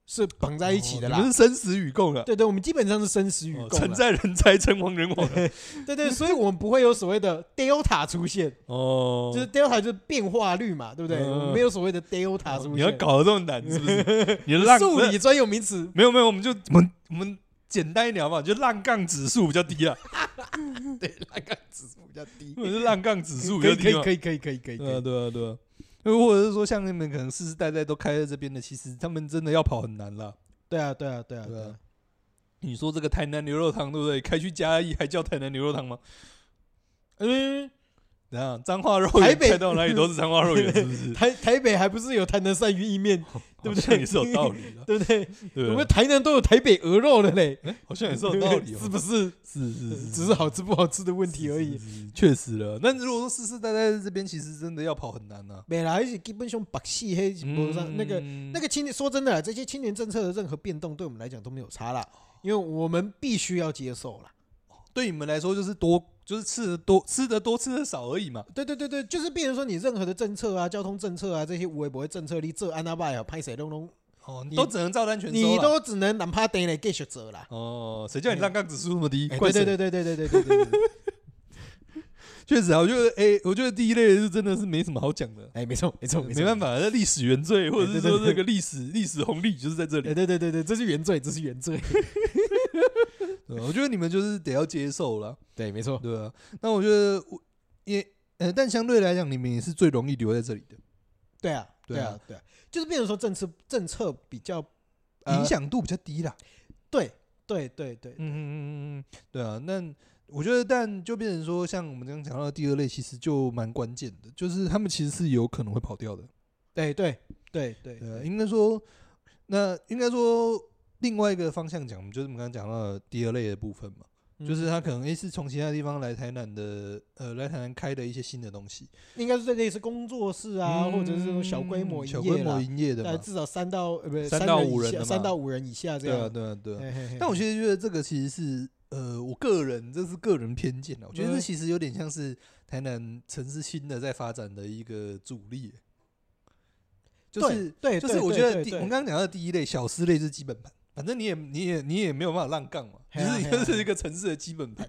[SPEAKER 1] 是绑 [laughs] 在一起的啦。
[SPEAKER 2] 哦你们是生死与共了，
[SPEAKER 1] 对对，我们基本上是生死与
[SPEAKER 2] 哦
[SPEAKER 1] 共啊
[SPEAKER 2] 成
[SPEAKER 1] 啦、
[SPEAKER 2] 在人哉，成亡人亡啊。
[SPEAKER 1] 对对，所以我们不会有所谓的 delta 出现，
[SPEAKER 2] 哦，
[SPEAKER 1] 就是 delta 就是变化率嘛，对不对？
[SPEAKER 2] 嗯哦
[SPEAKER 1] 我们没有所谓的 delta 出现。
[SPEAKER 2] 你要搞得这么难，是不是？
[SPEAKER 1] [laughs]
[SPEAKER 2] 你的浪
[SPEAKER 1] 数理专有名词，
[SPEAKER 2] 没有没有，我们就我们我们简单一聊嘛，就浪杠指数比较
[SPEAKER 1] [laughs]
[SPEAKER 2] 低啊，
[SPEAKER 1] 对，那个指数比较低
[SPEAKER 2] 我。们是浪杠指数比
[SPEAKER 1] 可
[SPEAKER 2] [laughs] 较
[SPEAKER 1] 以可
[SPEAKER 2] 低嘛
[SPEAKER 1] 以。可以可以可以可以可
[SPEAKER 2] 对啊
[SPEAKER 1] 以。
[SPEAKER 2] 对啊对啊，或者是说像你们可能世世代代都开在这边的，其实他们真的要跑很难了。
[SPEAKER 1] 对啊，对啊，对啊，
[SPEAKER 2] 对
[SPEAKER 1] 对
[SPEAKER 2] 啊
[SPEAKER 1] 啊，
[SPEAKER 2] 你说这个台南牛肉汤对不对？开去嘉义还叫台南牛肉汤吗？嗯，然后彰化肉
[SPEAKER 1] 哎台
[SPEAKER 2] 圆
[SPEAKER 1] 北？
[SPEAKER 2] 开到哪里都是彰化肉圆，是不是
[SPEAKER 1] 台台北还不是有台南鳝鱼意面， [laughs] 对不对
[SPEAKER 2] 好像也是有道理
[SPEAKER 1] [laughs]
[SPEAKER 2] 的，
[SPEAKER 1] 对不对？
[SPEAKER 2] 对
[SPEAKER 1] 我
[SPEAKER 2] 不
[SPEAKER 1] 们
[SPEAKER 2] 对？
[SPEAKER 1] 台南都有台北鹅肉了嘞，
[SPEAKER 2] 哎好像也是有道理哦，
[SPEAKER 1] 是不 [laughs] 是？
[SPEAKER 2] 是是是，
[SPEAKER 1] 只是好吃不好吃的问题而已。
[SPEAKER 2] 是，是是确实了。那如果说世世代代在这边，其实真的要跑很难呐。
[SPEAKER 1] 没啦，而且基本上把戏黑不上那个那
[SPEAKER 2] 那
[SPEAKER 1] 个青年，说真的啦，这些青年政策的任何变动，对我们来讲都没有差啦，因为我们必须要接受啦。
[SPEAKER 2] 对你们来说就是多就是吃的多吃的多吃的少而已嘛。
[SPEAKER 1] 对对对对，就是变成说你任何的政策啊、交通政策啊这些无微不微政策，你这安那拜啊、拍谁弄弄，
[SPEAKER 2] 哦，
[SPEAKER 1] 你
[SPEAKER 2] 都只能照单全收
[SPEAKER 1] 你
[SPEAKER 2] 啦
[SPEAKER 1] 都只能哪怕等来继续做啦。
[SPEAKER 2] 哦，谁叫你浪杠指数那么低？
[SPEAKER 1] 哎
[SPEAKER 2] 怪
[SPEAKER 1] 对
[SPEAKER 2] 谁
[SPEAKER 1] 对对对对对对对对对，
[SPEAKER 2] 确实啊，我觉得，哎、我觉得第一类是真的是没什么好讲的，
[SPEAKER 1] 哎，没错没错，
[SPEAKER 2] 没办哎
[SPEAKER 1] 法。
[SPEAKER 2] 法，那历史原罪，或者是
[SPEAKER 1] 对对
[SPEAKER 2] 说
[SPEAKER 1] 对
[SPEAKER 2] 这个历史历史红利就是在这里
[SPEAKER 1] 哎，。对对对对，这是原罪，这是原罪。
[SPEAKER 2] 对啊我觉得你们就是得要接受了，
[SPEAKER 1] 对，没错。
[SPEAKER 2] 对啊。那我觉得我也，呃，但相对来讲，你们也是最容易留在这里的，
[SPEAKER 1] 对啊，
[SPEAKER 2] 对
[SPEAKER 1] 对
[SPEAKER 2] 啊
[SPEAKER 1] 啊，对啊，就是变成说政策政策比较呃
[SPEAKER 2] 影响度比较低啦。
[SPEAKER 1] 对对对对，
[SPEAKER 2] 啊嗯嗯嗯嗯嗯，对啊。那我觉得，但就变成说，像我们刚刚讲到的第二类，其实就蛮关键的，就是他们其实是有可能会跑掉的。
[SPEAKER 1] 对对对对
[SPEAKER 2] 对啊，
[SPEAKER 1] 对
[SPEAKER 2] 应该说，那应该说另外一个方向讲，就是我们刚刚讲到的第二类的部分嘛，
[SPEAKER 1] 嗯
[SPEAKER 2] 就是他可能诶、是从其他地方来台南的，呃，来台南开的一些新的东西
[SPEAKER 1] 应该是类似工作室啊，或者是这种小规模营
[SPEAKER 2] 嗯小
[SPEAKER 1] 业
[SPEAKER 2] 规模
[SPEAKER 1] 啦
[SPEAKER 2] 营业的
[SPEAKER 1] 但
[SPEAKER 2] 嘛，
[SPEAKER 1] 至少三到呃不是
[SPEAKER 2] 三
[SPEAKER 1] 三
[SPEAKER 2] 到
[SPEAKER 1] 人以
[SPEAKER 2] 五人
[SPEAKER 1] 下
[SPEAKER 2] 的
[SPEAKER 1] 三
[SPEAKER 2] 嘛
[SPEAKER 1] 到五人以下这
[SPEAKER 2] 对啊，
[SPEAKER 1] 样。
[SPEAKER 2] 对啊，对啊。
[SPEAKER 1] 嘿嘿嘿
[SPEAKER 2] 但我其实觉得这个其实是。呃，我个人这是个人偏见了，啊我觉得这
[SPEAKER 1] 嗯
[SPEAKER 2] 其实有点像是台南城市新的在发展的一个主力，就是
[SPEAKER 1] 对，对
[SPEAKER 2] 就是
[SPEAKER 1] 对
[SPEAKER 2] 我
[SPEAKER 1] 对
[SPEAKER 2] 觉得
[SPEAKER 1] 对
[SPEAKER 2] 第我
[SPEAKER 1] 对
[SPEAKER 2] 们刚刚讲到的第一类小吃类是基本盘，反正你也你也你也没有办法浪杠嘛，就
[SPEAKER 1] 嘿啊
[SPEAKER 2] 是
[SPEAKER 1] 嘿啊
[SPEAKER 2] 就是一个城市的基本盘，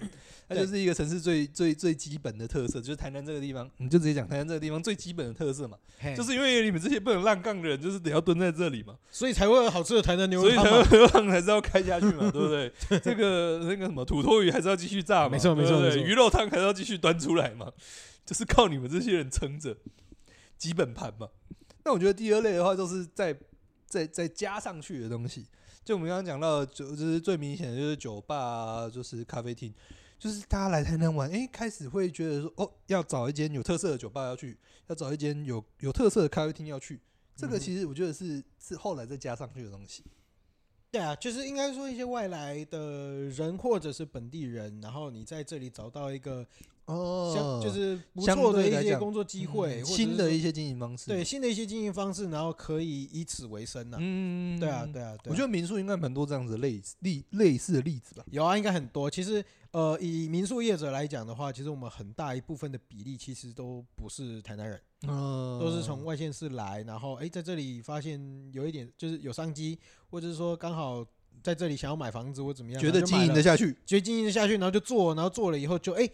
[SPEAKER 2] 它就是一个城市最最最基本的特色，就是台南这个地方，你就直接讲台南这个地方最基本的特色嘛，
[SPEAKER 1] 嘿
[SPEAKER 2] 就是因为你们这些不能浪杠的人，就是得要蹲在这里嘛，
[SPEAKER 1] 所以才会有好吃的台南牛
[SPEAKER 2] 所
[SPEAKER 1] 肉
[SPEAKER 2] 以
[SPEAKER 1] 汤
[SPEAKER 2] 才
[SPEAKER 1] 嘛。
[SPEAKER 2] 会浪 [laughs] 还是要开下去嘛，对不
[SPEAKER 1] [laughs]
[SPEAKER 2] 对？这个那个什么土托鱼还是要继续炸嘛，
[SPEAKER 1] 没错
[SPEAKER 2] 对不对
[SPEAKER 1] 没错没错
[SPEAKER 2] 鱼肉汤还是要继续端出来嘛，就是靠你们这些人撑着基本盘嘛。那我觉得第二类的话，就是再再再加上去的东西，就我们刚刚讲到的，就就是最明显的就是酒吧、啊，就是咖啡厅，就是大家来台南玩，诶，开始会觉得说，哦，要找一间有特色的酒吧要去，要找一间有有特色的咖啡厅要去。这个
[SPEAKER 1] 嗯哼
[SPEAKER 2] 其实我觉得是是后来再加上去的东西。
[SPEAKER 1] 对啊，就是应该说一些外来的人或者是本地人，然后你在这里找到一个
[SPEAKER 2] 哦
[SPEAKER 1] 像，就是不
[SPEAKER 2] 相
[SPEAKER 1] 错的
[SPEAKER 2] 对
[SPEAKER 1] 一
[SPEAKER 2] 来
[SPEAKER 1] 些
[SPEAKER 2] 讲嗯
[SPEAKER 1] 工作机会，或者
[SPEAKER 2] 新
[SPEAKER 1] 是
[SPEAKER 2] 的
[SPEAKER 1] 说
[SPEAKER 2] 一些经营方式，
[SPEAKER 1] 对，新的一些经营方式，然后可以以此为生呢、
[SPEAKER 2] 嗯，
[SPEAKER 1] 对啊，对啊，对啊
[SPEAKER 2] 我觉得民宿应该蛮多这样子的类似例类似的例子吧。
[SPEAKER 1] 有啊，应该很多。其实，呃，以民宿业者来讲的话，其实我们很大一部分的比例其实都不是台南人，
[SPEAKER 2] 嗯，
[SPEAKER 1] 都是从外县市来，然后哎、在这里发现有一点就是有商机，或者是说刚好在这里想要买房子或怎么样，
[SPEAKER 2] 觉得
[SPEAKER 1] 然后就
[SPEAKER 2] 经
[SPEAKER 1] 买
[SPEAKER 2] 营得
[SPEAKER 1] 了，
[SPEAKER 2] 下去，
[SPEAKER 1] 觉得经营得下去，然后就做，然后做了以后就哎，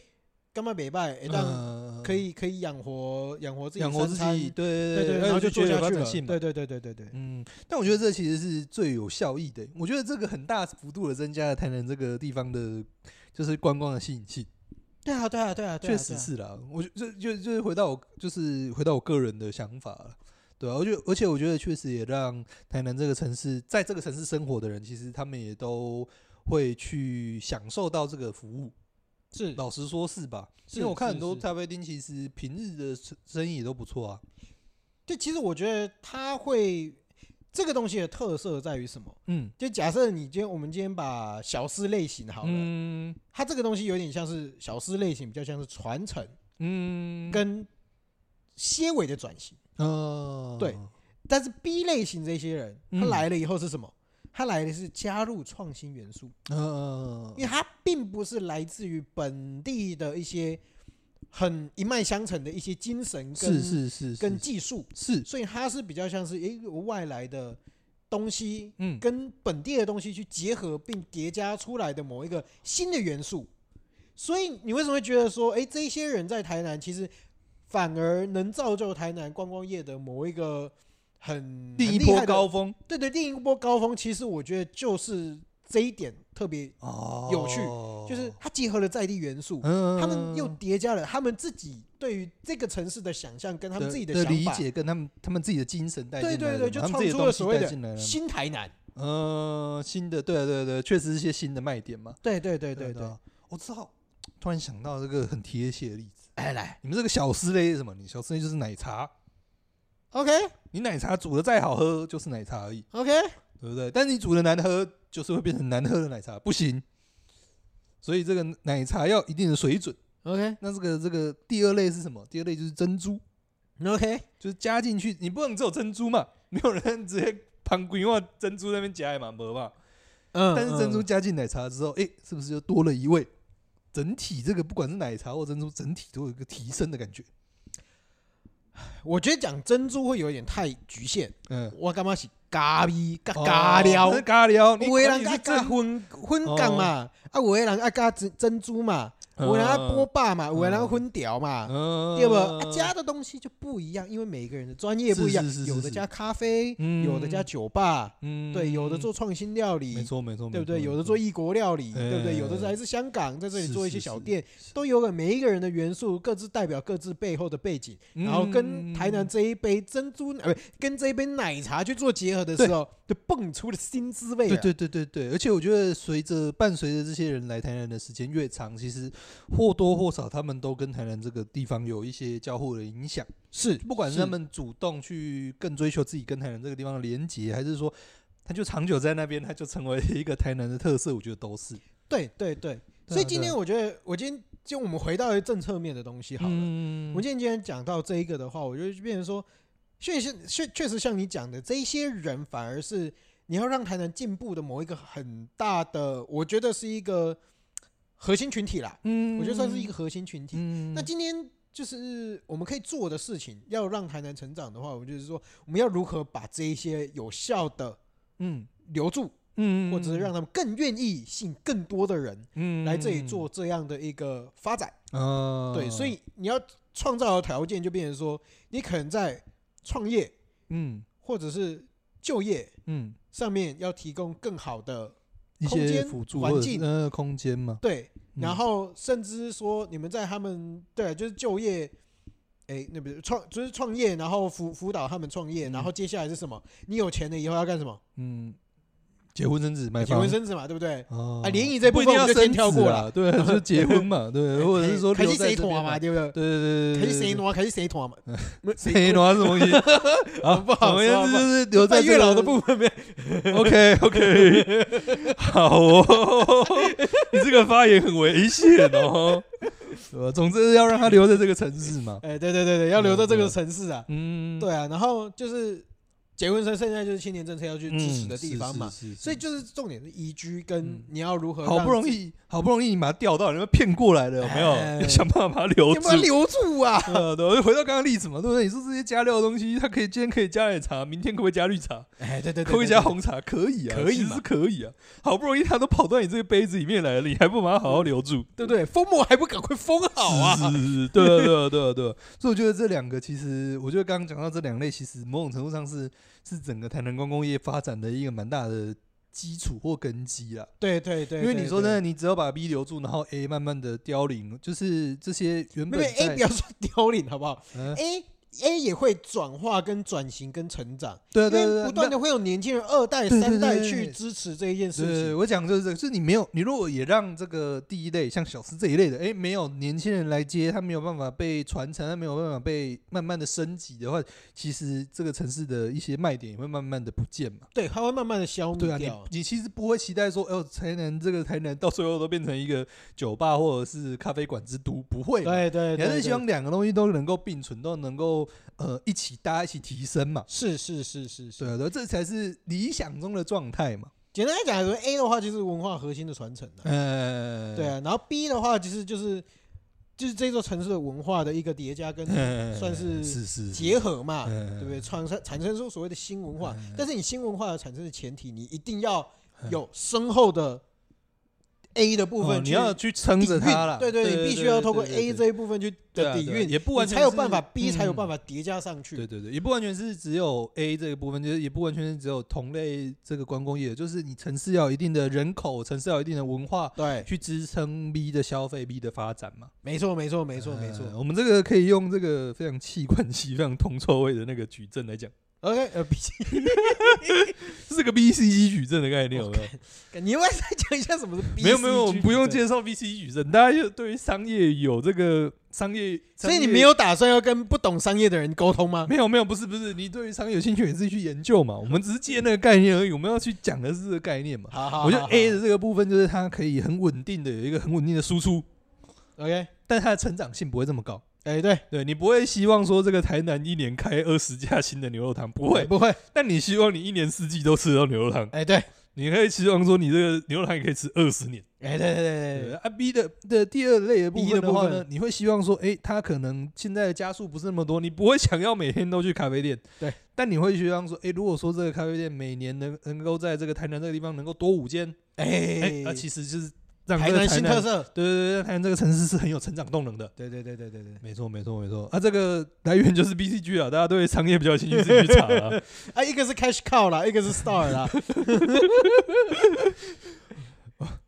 [SPEAKER 1] 干嘛北拜，哎、但
[SPEAKER 2] 嗯
[SPEAKER 1] 可以可以养活养活自己
[SPEAKER 2] 养活
[SPEAKER 1] 三
[SPEAKER 2] 自
[SPEAKER 1] 餐
[SPEAKER 2] 己，，对
[SPEAKER 1] 对
[SPEAKER 2] 对，
[SPEAKER 1] 然后就
[SPEAKER 2] 觉
[SPEAKER 1] 做
[SPEAKER 2] 得有
[SPEAKER 1] 下
[SPEAKER 2] 发
[SPEAKER 1] 去
[SPEAKER 2] 展
[SPEAKER 1] 了，
[SPEAKER 2] 性嘛
[SPEAKER 1] 对对对对对对，
[SPEAKER 2] 嗯，但我觉得这其实是最有效益的。我觉得这个很大幅度的增加了台南这个地方的，就是观光的吸引性，
[SPEAKER 1] 对啊对啊对啊，对啊
[SPEAKER 2] 确实，是啦。我就就就就是回到我，就是回到我个人的想法了，对啊，我觉得，而且我觉得确实也让台南这个城市，在这个城市生活的人，其实他们也都会去享受到这个服务。
[SPEAKER 1] 对啊
[SPEAKER 2] 老实说，是吧？
[SPEAKER 1] 是
[SPEAKER 2] 因为我看
[SPEAKER 1] 是
[SPEAKER 2] 很多
[SPEAKER 1] 是
[SPEAKER 2] 咖啡厅，其实平日的生生意也都不错啊。
[SPEAKER 1] 对，其实我觉得它会这个东西的特色在于什么？
[SPEAKER 2] 嗯
[SPEAKER 1] 就假设你今天我们今天把小吃类型好了，
[SPEAKER 2] 嗯
[SPEAKER 1] 它这个东西有点像是小吃类型，比较像是传承
[SPEAKER 2] 嗯，
[SPEAKER 1] 跟些微的转型。
[SPEAKER 2] 呃
[SPEAKER 1] 对但是 B 类型这些人，他
[SPEAKER 2] 嗯
[SPEAKER 1] 来了以后是什么？他来的是加入创新元素，
[SPEAKER 2] 呃，
[SPEAKER 1] 因为它并不是来自于本地的一些很一脉相承的一些精神
[SPEAKER 2] 是
[SPEAKER 1] 跟
[SPEAKER 2] 是是
[SPEAKER 1] 跟
[SPEAKER 2] 是
[SPEAKER 1] 技术，
[SPEAKER 2] 是，
[SPEAKER 1] 所以它是比较像是诶外来的东西
[SPEAKER 2] 嗯，
[SPEAKER 1] 跟本地的东西去结合并叠加出来的某一个新的元素。所以你为什么会觉得说，哎，这些人在台南其实反而能造就台南观光业的某一个很
[SPEAKER 2] 另
[SPEAKER 1] 很
[SPEAKER 2] 一
[SPEAKER 1] 厉
[SPEAKER 2] 波
[SPEAKER 1] 害的
[SPEAKER 2] 高峰，
[SPEAKER 1] 对对，另一波高峰，其实我觉得就是这一点特别，
[SPEAKER 2] 哦
[SPEAKER 1] 有趣就是它结合了在地元素，
[SPEAKER 2] 嗯
[SPEAKER 1] 他们又叠加了他们自己对于这个城市的想象跟他们自己
[SPEAKER 2] 的
[SPEAKER 1] 想
[SPEAKER 2] 理
[SPEAKER 1] 法，
[SPEAKER 2] 解跟他们他们自己的精神带进
[SPEAKER 1] 对
[SPEAKER 2] 来
[SPEAKER 1] 对
[SPEAKER 2] 了
[SPEAKER 1] 对，
[SPEAKER 2] 嘛
[SPEAKER 1] 就
[SPEAKER 2] 他们
[SPEAKER 1] 创
[SPEAKER 2] 自己
[SPEAKER 1] 出
[SPEAKER 2] 东
[SPEAKER 1] 了
[SPEAKER 2] 西
[SPEAKER 1] 所谓
[SPEAKER 2] 带进来
[SPEAKER 1] 的
[SPEAKER 2] 了嘛
[SPEAKER 1] 新台南。
[SPEAKER 2] 呃新的，对啊对啊对啊，确实是一些新的卖点嘛。
[SPEAKER 1] 对对对
[SPEAKER 2] 对
[SPEAKER 1] 对
[SPEAKER 2] 啊
[SPEAKER 1] 对，
[SPEAKER 2] 啊，我知道，突然想到这个很贴切的例子，
[SPEAKER 1] 哎来
[SPEAKER 2] 你们这个小吃类是什么？你小吃类就是奶茶，
[SPEAKER 1] ，OK
[SPEAKER 2] 你奶茶煮的再好喝就是奶茶而已，
[SPEAKER 1] OK，
[SPEAKER 2] 对不对？但你煮的难喝，就是会变成难喝的奶茶，不行。所以这个奶茶要一定的水准。
[SPEAKER 1] OK
[SPEAKER 2] 那这个这个第二类是什么？第二类就是珍珠，
[SPEAKER 1] OK，
[SPEAKER 2] 就是加进去，你不能只有珍珠嘛， [laughs] 没有人直接旁规划珍珠在那边加的嘛，没嘛。
[SPEAKER 1] 嗯，
[SPEAKER 2] 但是珍珠
[SPEAKER 1] 嗯
[SPEAKER 2] 加进奶茶之后，哎、是不是就多了一味？整体这个不管是奶茶或珍珠，整体都有一个提升的感觉。
[SPEAKER 1] 我觉得讲珍珠会有点太局限，
[SPEAKER 2] 嗯，
[SPEAKER 1] 我干嘛是咖喱咖咖料
[SPEAKER 2] 哦那。咖哦料，你
[SPEAKER 1] 有的人
[SPEAKER 2] 你是
[SPEAKER 1] 爱
[SPEAKER 2] 这
[SPEAKER 1] 加荤荤港嘛，啊，有的人爱加珍珍珠嘛，有的人爱波霸嘛，有的人爱荤条嘛，
[SPEAKER 2] 嗯
[SPEAKER 1] 对不？啊加的东西就不一样，因为每个人的专业不一样
[SPEAKER 2] 是是是，是
[SPEAKER 1] 有的加咖啡，
[SPEAKER 2] 嗯
[SPEAKER 1] 有的加酒吧，
[SPEAKER 2] 嗯
[SPEAKER 1] 对，有的做创新料理
[SPEAKER 2] 没，错没错，
[SPEAKER 1] 对不
[SPEAKER 2] 没
[SPEAKER 1] 对？
[SPEAKER 2] 错
[SPEAKER 1] 有的做异国料理，
[SPEAKER 2] 哎
[SPEAKER 1] 对不对？有的来自香港，在这里
[SPEAKER 2] 是
[SPEAKER 1] 做一
[SPEAKER 2] 是
[SPEAKER 1] 些小
[SPEAKER 2] 是
[SPEAKER 1] 店
[SPEAKER 2] 是，
[SPEAKER 1] 都有个每一个人的元素，各自代表各自背后的背景，
[SPEAKER 2] 嗯
[SPEAKER 1] 然后跟台南这一杯珍珠奶，呃不跟这一杯奶茶去做结合的时候，就蹦出了新滋味了。啊
[SPEAKER 2] 对对对对对，而且我觉得随着伴随着这些人来台南的时间越长，其实或多或少他们都跟台南这个地方有一些交互的影响。
[SPEAKER 1] 是，
[SPEAKER 2] 不管是他们主动去更追求自己跟台南这个地方的连结，还是说他就长久在那边，他就成为一个台南的特色，我觉得都是。
[SPEAKER 1] 对对对，
[SPEAKER 2] 对
[SPEAKER 1] 所以
[SPEAKER 2] 啊
[SPEAKER 1] 今
[SPEAKER 2] 对
[SPEAKER 1] 天
[SPEAKER 2] 啊
[SPEAKER 1] 我觉得，我今天就我们回到政策面的东西好了。
[SPEAKER 2] 嗯
[SPEAKER 1] 我今天今天讲到这一个的话，我觉得就变成说，确实确确实像你讲的，这一些人反而是你要让台南进步的某一个很大的，我觉得是一个核心群体啦，
[SPEAKER 2] 嗯
[SPEAKER 1] 我觉得算是一个，核心群体。
[SPEAKER 2] 嗯
[SPEAKER 1] 那今天就是呃我们可以做的事情，要让台南成长的话，我们就是说，我们要如何把这一些有效的
[SPEAKER 2] 嗯
[SPEAKER 1] 留住，
[SPEAKER 2] 嗯，
[SPEAKER 1] 或者是让他们更愿意吸引更多的人
[SPEAKER 2] 嗯
[SPEAKER 1] 来这里做，这样的一个发展。
[SPEAKER 2] 啊，
[SPEAKER 1] 对，所以你要创造的条件就变成说，你可能在创业
[SPEAKER 2] 嗯
[SPEAKER 1] 或者是就业
[SPEAKER 2] 嗯
[SPEAKER 1] 上面要提供更好的
[SPEAKER 2] 一
[SPEAKER 1] 空
[SPEAKER 2] 些
[SPEAKER 1] 间
[SPEAKER 2] 辅助
[SPEAKER 1] 环
[SPEAKER 2] 或者是
[SPEAKER 1] 境
[SPEAKER 2] 呃空间嘛，
[SPEAKER 1] 对，
[SPEAKER 2] 嗯
[SPEAKER 1] 然后甚至说你们在他们对啊就是就业。哎，那不是创，就是创业，然后辅辅导他们创业，
[SPEAKER 2] 嗯
[SPEAKER 1] 然后接下来是什么？你有钱了以后要干什么？
[SPEAKER 2] 嗯，结婚生子买
[SPEAKER 1] 哎结
[SPEAKER 2] 房
[SPEAKER 1] 婚生子嘛，对不对？
[SPEAKER 2] 哦
[SPEAKER 1] 啊联谊这部
[SPEAKER 2] 不一
[SPEAKER 1] 分我
[SPEAKER 2] 定要
[SPEAKER 1] 们就先
[SPEAKER 2] 生
[SPEAKER 1] 跳
[SPEAKER 2] 子
[SPEAKER 1] 过
[SPEAKER 2] 啦
[SPEAKER 1] 了
[SPEAKER 2] [laughs]
[SPEAKER 1] 哎
[SPEAKER 2] 对，就是结
[SPEAKER 1] [laughs]
[SPEAKER 2] 婚嘛，对，或者是说
[SPEAKER 1] 开
[SPEAKER 2] 留
[SPEAKER 1] 始
[SPEAKER 2] 在
[SPEAKER 1] 谁
[SPEAKER 2] 这
[SPEAKER 1] 团
[SPEAKER 2] 边啊
[SPEAKER 1] 嘛，
[SPEAKER 2] 嘛，
[SPEAKER 1] 对
[SPEAKER 2] 对
[SPEAKER 1] 不对？
[SPEAKER 2] 对对对，
[SPEAKER 1] 开
[SPEAKER 2] 对
[SPEAKER 1] 始谁？
[SPEAKER 2] 对
[SPEAKER 1] 团，开始谁团嘛？没
[SPEAKER 2] 对谁挪什么东西？
[SPEAKER 1] [laughs]
[SPEAKER 2] 啊，
[SPEAKER 1] 不好
[SPEAKER 2] 总
[SPEAKER 1] 说
[SPEAKER 2] 而言
[SPEAKER 1] 不
[SPEAKER 2] 之
[SPEAKER 1] 好
[SPEAKER 2] 就是留在
[SPEAKER 1] 在
[SPEAKER 2] 这
[SPEAKER 1] 月老的
[SPEAKER 2] 个
[SPEAKER 1] 部分没有
[SPEAKER 2] OK
[SPEAKER 1] [laughs]
[SPEAKER 2] OK，好 [laughs] 哦，你这个发言很危险哦，对吧？总之要让他留在这个城市嘛。
[SPEAKER 1] 哎，对对对对，要留在这
[SPEAKER 2] 嗯
[SPEAKER 1] 个
[SPEAKER 2] 对
[SPEAKER 1] 城市啊。
[SPEAKER 2] 嗯，
[SPEAKER 1] 对啊，然后就是结婚生现在就是青年政策要去
[SPEAKER 2] 嗯，
[SPEAKER 1] 支持的地方嘛，
[SPEAKER 2] 是，是是
[SPEAKER 1] 所以就是重点是宜居跟
[SPEAKER 2] 嗯
[SPEAKER 1] 你要如何
[SPEAKER 2] 好不容
[SPEAKER 1] 易
[SPEAKER 2] 易，好不容易你把他调到，你们骗过来了，有没有？
[SPEAKER 1] 哎
[SPEAKER 2] 要想办法把他留
[SPEAKER 1] 有
[SPEAKER 2] 住
[SPEAKER 1] 没。有留住啊？
[SPEAKER 2] [laughs] 呃，对，我就回到刚刚例子嘛，对不对？你说这些加料的东西，它可以今天可以加奶茶，明天可不可以加绿茶？
[SPEAKER 1] 哎，对对
[SPEAKER 2] 可不可以加红茶？可以啊，
[SPEAKER 1] 可以
[SPEAKER 2] 其实
[SPEAKER 1] 嘛
[SPEAKER 2] 是可以啊。好不容易他都跑到你这个杯子里面来了，你还不把它好好留住？
[SPEAKER 1] 对不对？封魔还不赶快封好啊？
[SPEAKER 2] 是是是，对啊对啊对啊对啊。所以我觉得这两个其实，我觉得刚刚讲到这两类，其实某种程度上是是整个台南观光业发展的一个蛮大的基础或根基啦。
[SPEAKER 1] 对对对，
[SPEAKER 2] 因为你说
[SPEAKER 1] 对
[SPEAKER 2] 真的，你只要把 B 留住，然后 A 慢慢的凋零，就是这些原
[SPEAKER 1] 对没
[SPEAKER 2] 本
[SPEAKER 1] 有 A
[SPEAKER 2] 在
[SPEAKER 1] 不要说凋零好不好
[SPEAKER 2] 嗯
[SPEAKER 1] ？A A 也会转化跟转型跟成长，
[SPEAKER 2] 对啊
[SPEAKER 1] 因
[SPEAKER 2] 对啊对
[SPEAKER 1] 为
[SPEAKER 2] 啊
[SPEAKER 1] 不断
[SPEAKER 2] 那
[SPEAKER 1] 的会有年轻人二代
[SPEAKER 2] 对对
[SPEAKER 1] 三代
[SPEAKER 2] 对
[SPEAKER 1] 去支持这一件事
[SPEAKER 2] 对，
[SPEAKER 1] 情。
[SPEAKER 2] 我讲就是这个，就是你没有，你如果也让这个第一类像小吃这一类的，哎，没有年轻人来接，他没有办法被传承，他没有办法被慢慢的升级的话，其实这个城市的一些卖点也会慢慢的不见嘛。
[SPEAKER 1] 对，它会慢慢的消
[SPEAKER 2] 对
[SPEAKER 1] 灭
[SPEAKER 2] 啊，你
[SPEAKER 1] 嗯掉。
[SPEAKER 2] 你其实不会期待说，哎呦，台南这个台南到最后都变成一个酒吧或者是咖啡馆之都，不会嘛。
[SPEAKER 1] 对对，
[SPEAKER 2] 你还
[SPEAKER 1] 对
[SPEAKER 2] 是希
[SPEAKER 1] 对
[SPEAKER 2] 望两个东西都能够并存，都能够呃一起大家一起提升嘛。
[SPEAKER 1] 是是是是是
[SPEAKER 2] 对。啊，对啊，这才是理想中的状态嘛。
[SPEAKER 1] 简单来讲，说 A 的话就是文化核心的传承啊
[SPEAKER 2] 呃，
[SPEAKER 1] 对啊，然后 B 的话其实就是就是这座城市的文化的一个叠加跟
[SPEAKER 2] 嗯，
[SPEAKER 1] 算是
[SPEAKER 2] 是是
[SPEAKER 1] 结
[SPEAKER 2] 合，
[SPEAKER 1] 合嘛，
[SPEAKER 2] 对
[SPEAKER 1] 对不对？？产生产生出所谓的新文化
[SPEAKER 2] 嗯，
[SPEAKER 1] 但是你新文化的产生的前提，你一定要有深厚的 A 的部
[SPEAKER 2] 哦
[SPEAKER 1] 分
[SPEAKER 2] 你
[SPEAKER 1] 去
[SPEAKER 2] 要去撑着它了，
[SPEAKER 1] 对对，你必须要透过 A 这
[SPEAKER 2] 对
[SPEAKER 1] 一部分去的
[SPEAKER 2] 对
[SPEAKER 1] 底
[SPEAKER 2] 对对
[SPEAKER 1] 蕴，
[SPEAKER 2] 也不
[SPEAKER 1] 你
[SPEAKER 2] 完全
[SPEAKER 1] 才有
[SPEAKER 2] 是
[SPEAKER 1] 办法 B 才有办
[SPEAKER 2] 嗯
[SPEAKER 1] 法叠加上去。
[SPEAKER 2] 对对对，也不完全是只有 A 这个部分，就是也不完全是只有同类这个观光业，就是你城市要有一定的人口，城市要有一定的文化
[SPEAKER 1] 对，
[SPEAKER 2] 去支撑 B 的消费、B 的发展嘛。
[SPEAKER 1] 没错没错没错
[SPEAKER 2] 呃
[SPEAKER 1] 没错。
[SPEAKER 2] 我们这个可以用这个非常气管 [laughs] 系、非常铜臭味的那个矩阵来讲，
[SPEAKER 1] OK，呃，毕竟
[SPEAKER 2] 这是个 BCG 矩阵的概念，有没有？
[SPEAKER 1] 你要不要再讲一下什么是哦 B？
[SPEAKER 2] 没有没有，我们不用
[SPEAKER 1] 这，
[SPEAKER 2] 介绍 BCG 矩阵，大家就对于商业有这个商业，
[SPEAKER 1] 所以
[SPEAKER 2] 商
[SPEAKER 1] 你
[SPEAKER 2] 业
[SPEAKER 1] 没有打算要跟不懂商业的人沟通吗？
[SPEAKER 2] [laughs] 没有没有，不是不是，你对于商业有兴趣，你自己去研究嘛。我们只是借那个概念而已，我们要去讲的是这个概念嘛。
[SPEAKER 1] 好好，
[SPEAKER 2] 我觉得
[SPEAKER 1] 好
[SPEAKER 2] A
[SPEAKER 1] 好
[SPEAKER 2] 的这个部分就是它可以很稳定的有一个很稳定的输出，
[SPEAKER 1] OK，
[SPEAKER 2] 但它的成长性不会这么高。
[SPEAKER 1] 哎对，
[SPEAKER 2] 对你不会希望说这个台南一年开二十家新的牛肉汤，不会。
[SPEAKER 1] 哎不会，
[SPEAKER 2] 但你希望你一年四季都吃到牛肉汤，
[SPEAKER 1] 哎对，
[SPEAKER 2] 你可以期望说你这个牛肉汤也可以吃二十年。
[SPEAKER 1] 哎对对对
[SPEAKER 2] 对
[SPEAKER 1] 对
[SPEAKER 2] 啊，B 的的第二类的部
[SPEAKER 1] B
[SPEAKER 2] 分
[SPEAKER 1] 的
[SPEAKER 2] 的话
[SPEAKER 1] 部
[SPEAKER 2] 呢
[SPEAKER 1] 分，
[SPEAKER 2] 你会希望说，诶，他可能现在的加速不是那么多，你不会想要每天都去咖啡店，
[SPEAKER 1] [laughs] 对。
[SPEAKER 2] 但你会希望说，诶，如果说这个咖啡店每年能能够在这个台南这个地方能够多五间，诶，
[SPEAKER 1] 对，
[SPEAKER 2] 那、
[SPEAKER 1] 哎，
[SPEAKER 2] 啊其实就是让
[SPEAKER 1] 台
[SPEAKER 2] 这个
[SPEAKER 1] 南新特，色，
[SPEAKER 2] 对对对，让台南这个城市是很有成长动能的。
[SPEAKER 1] 对对对对对对。
[SPEAKER 2] 没错，没错，没错。啊，这个来源就是 BCG 啊，大家对商业比较有兴趣，自己去查
[SPEAKER 1] [laughs]
[SPEAKER 2] 啊。
[SPEAKER 1] 啊，一个是 Cash Cow 啦，一个是 Star
[SPEAKER 2] [laughs]
[SPEAKER 1] 啦，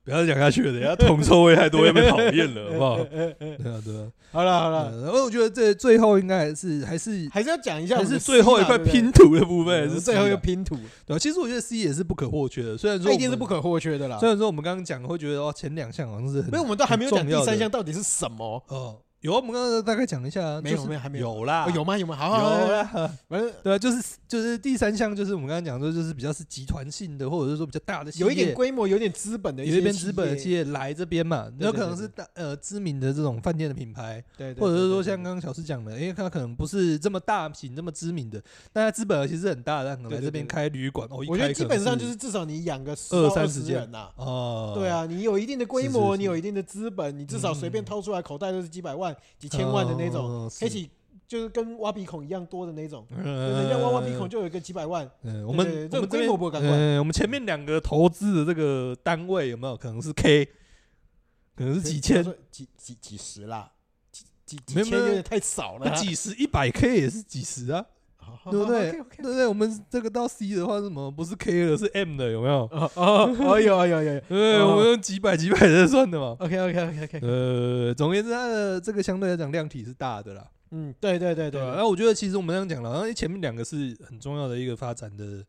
[SPEAKER 2] 不要再讲下去了，等一下铜臭味太多，要被讨厌了，
[SPEAKER 1] [laughs]
[SPEAKER 2] 好不好？对啊，对啊。
[SPEAKER 1] 好了好了，
[SPEAKER 2] 嗯然后我觉得这最后应该还是还是
[SPEAKER 1] 还是要讲一下我
[SPEAKER 2] 还
[SPEAKER 1] 们
[SPEAKER 2] 是
[SPEAKER 1] 的 C 啦，
[SPEAKER 2] 最后一块拼图的部
[SPEAKER 1] 对
[SPEAKER 2] 分，
[SPEAKER 1] 不对，
[SPEAKER 2] 是
[SPEAKER 1] 最后一
[SPEAKER 2] 一
[SPEAKER 1] 个拼图，
[SPEAKER 2] 对啊，其实我觉得 C 也是不可或缺的，虽然说
[SPEAKER 1] 它
[SPEAKER 2] 我
[SPEAKER 1] 一定是
[SPEAKER 2] 们
[SPEAKER 1] 不。可或缺的啦。
[SPEAKER 2] 虽然说我们刚刚讲会觉得哦，前两项好像是很
[SPEAKER 1] 因为我们都还没有讲
[SPEAKER 2] 很
[SPEAKER 1] 第
[SPEAKER 2] 重要的
[SPEAKER 1] 三项到底是什么，
[SPEAKER 2] 哦，有啊我们刚刚大概讲了一下啊，
[SPEAKER 1] 没有
[SPEAKER 2] 就是
[SPEAKER 1] 没有还没有
[SPEAKER 2] 有啦
[SPEAKER 1] 哦，有吗？有吗？好，好
[SPEAKER 2] 有，啊
[SPEAKER 1] 好好
[SPEAKER 2] 啦，
[SPEAKER 1] 反正
[SPEAKER 2] 对啊，就是就是第三项就是我们刚刚讲的，就是比较是集团性的，或者是说比较大的企业，
[SPEAKER 1] 有一点规模，有点资本的一
[SPEAKER 2] 有
[SPEAKER 1] 些
[SPEAKER 2] 一边资本的
[SPEAKER 1] 企
[SPEAKER 2] 企
[SPEAKER 1] 业，
[SPEAKER 2] 业来这边嘛，
[SPEAKER 1] 对
[SPEAKER 2] 有
[SPEAKER 1] 对
[SPEAKER 2] 可能
[SPEAKER 1] 对
[SPEAKER 2] 是大呃知名的这种饭店的品牌，
[SPEAKER 1] 对，对
[SPEAKER 2] 或者是
[SPEAKER 1] 对
[SPEAKER 2] 说
[SPEAKER 1] 对
[SPEAKER 2] 像刚刚小师讲的，哎，它可能不是这么大型、这么知名的，但它资本额其实很大，但可能
[SPEAKER 1] 对
[SPEAKER 2] 来
[SPEAKER 1] 对
[SPEAKER 2] 这边
[SPEAKER 1] 对
[SPEAKER 2] 开旅馆，哦，一
[SPEAKER 1] 我觉得
[SPEAKER 2] 开
[SPEAKER 1] 基
[SPEAKER 2] 可能
[SPEAKER 1] 本上就是至少你养个10
[SPEAKER 2] 二
[SPEAKER 1] 到
[SPEAKER 2] 三
[SPEAKER 1] 20
[SPEAKER 2] 十间
[SPEAKER 1] 人呐。
[SPEAKER 2] 哦，
[SPEAKER 1] 对，啊，你有一定的规
[SPEAKER 2] 是
[SPEAKER 1] 模，
[SPEAKER 2] 是
[SPEAKER 1] 你有一定的资本，你至少随便
[SPEAKER 2] 嗯
[SPEAKER 1] 掏出来口袋都是几百万、几千万的那种，
[SPEAKER 2] 哦，
[SPEAKER 1] 黑起就是跟挖鼻孔一样多的那种，对人
[SPEAKER 2] 人
[SPEAKER 1] 家挖挖鼻孔就有一个几百万，
[SPEAKER 2] 嗯，我
[SPEAKER 1] 对
[SPEAKER 2] 们
[SPEAKER 1] 对对这种
[SPEAKER 2] 我们
[SPEAKER 1] 规模不会
[SPEAKER 2] 这
[SPEAKER 1] 感
[SPEAKER 2] 边
[SPEAKER 1] 官
[SPEAKER 2] 嗯，我们前面两个投资的这个单位有没有可能是 K，可能是几千，
[SPEAKER 1] 说几几几十啦，几几
[SPEAKER 2] 没
[SPEAKER 1] 几
[SPEAKER 2] 有
[SPEAKER 1] 千
[SPEAKER 2] 没有
[SPEAKER 1] 有点太少了
[SPEAKER 2] 那
[SPEAKER 1] 啊，
[SPEAKER 2] 几十一百 K 也是几十啊，
[SPEAKER 1] 哦
[SPEAKER 2] 对不对？对不对？我们这个到 C 的话，是什么不是 K 的，是 M 的，有没有？
[SPEAKER 1] 哦哦哦，有有有有
[SPEAKER 2] 对，
[SPEAKER 1] 哦
[SPEAKER 2] 我们用几百几百在算的嘛。
[SPEAKER 1] ，OK OK OK [laughs] OK，
[SPEAKER 2] 呃，总而言之，它的这个相对来讲量体是大的啦，
[SPEAKER 1] 嗯，对对对对
[SPEAKER 2] 吧？然后我觉得其实我们这样讲了，然后前面两个是很重要的一个发展的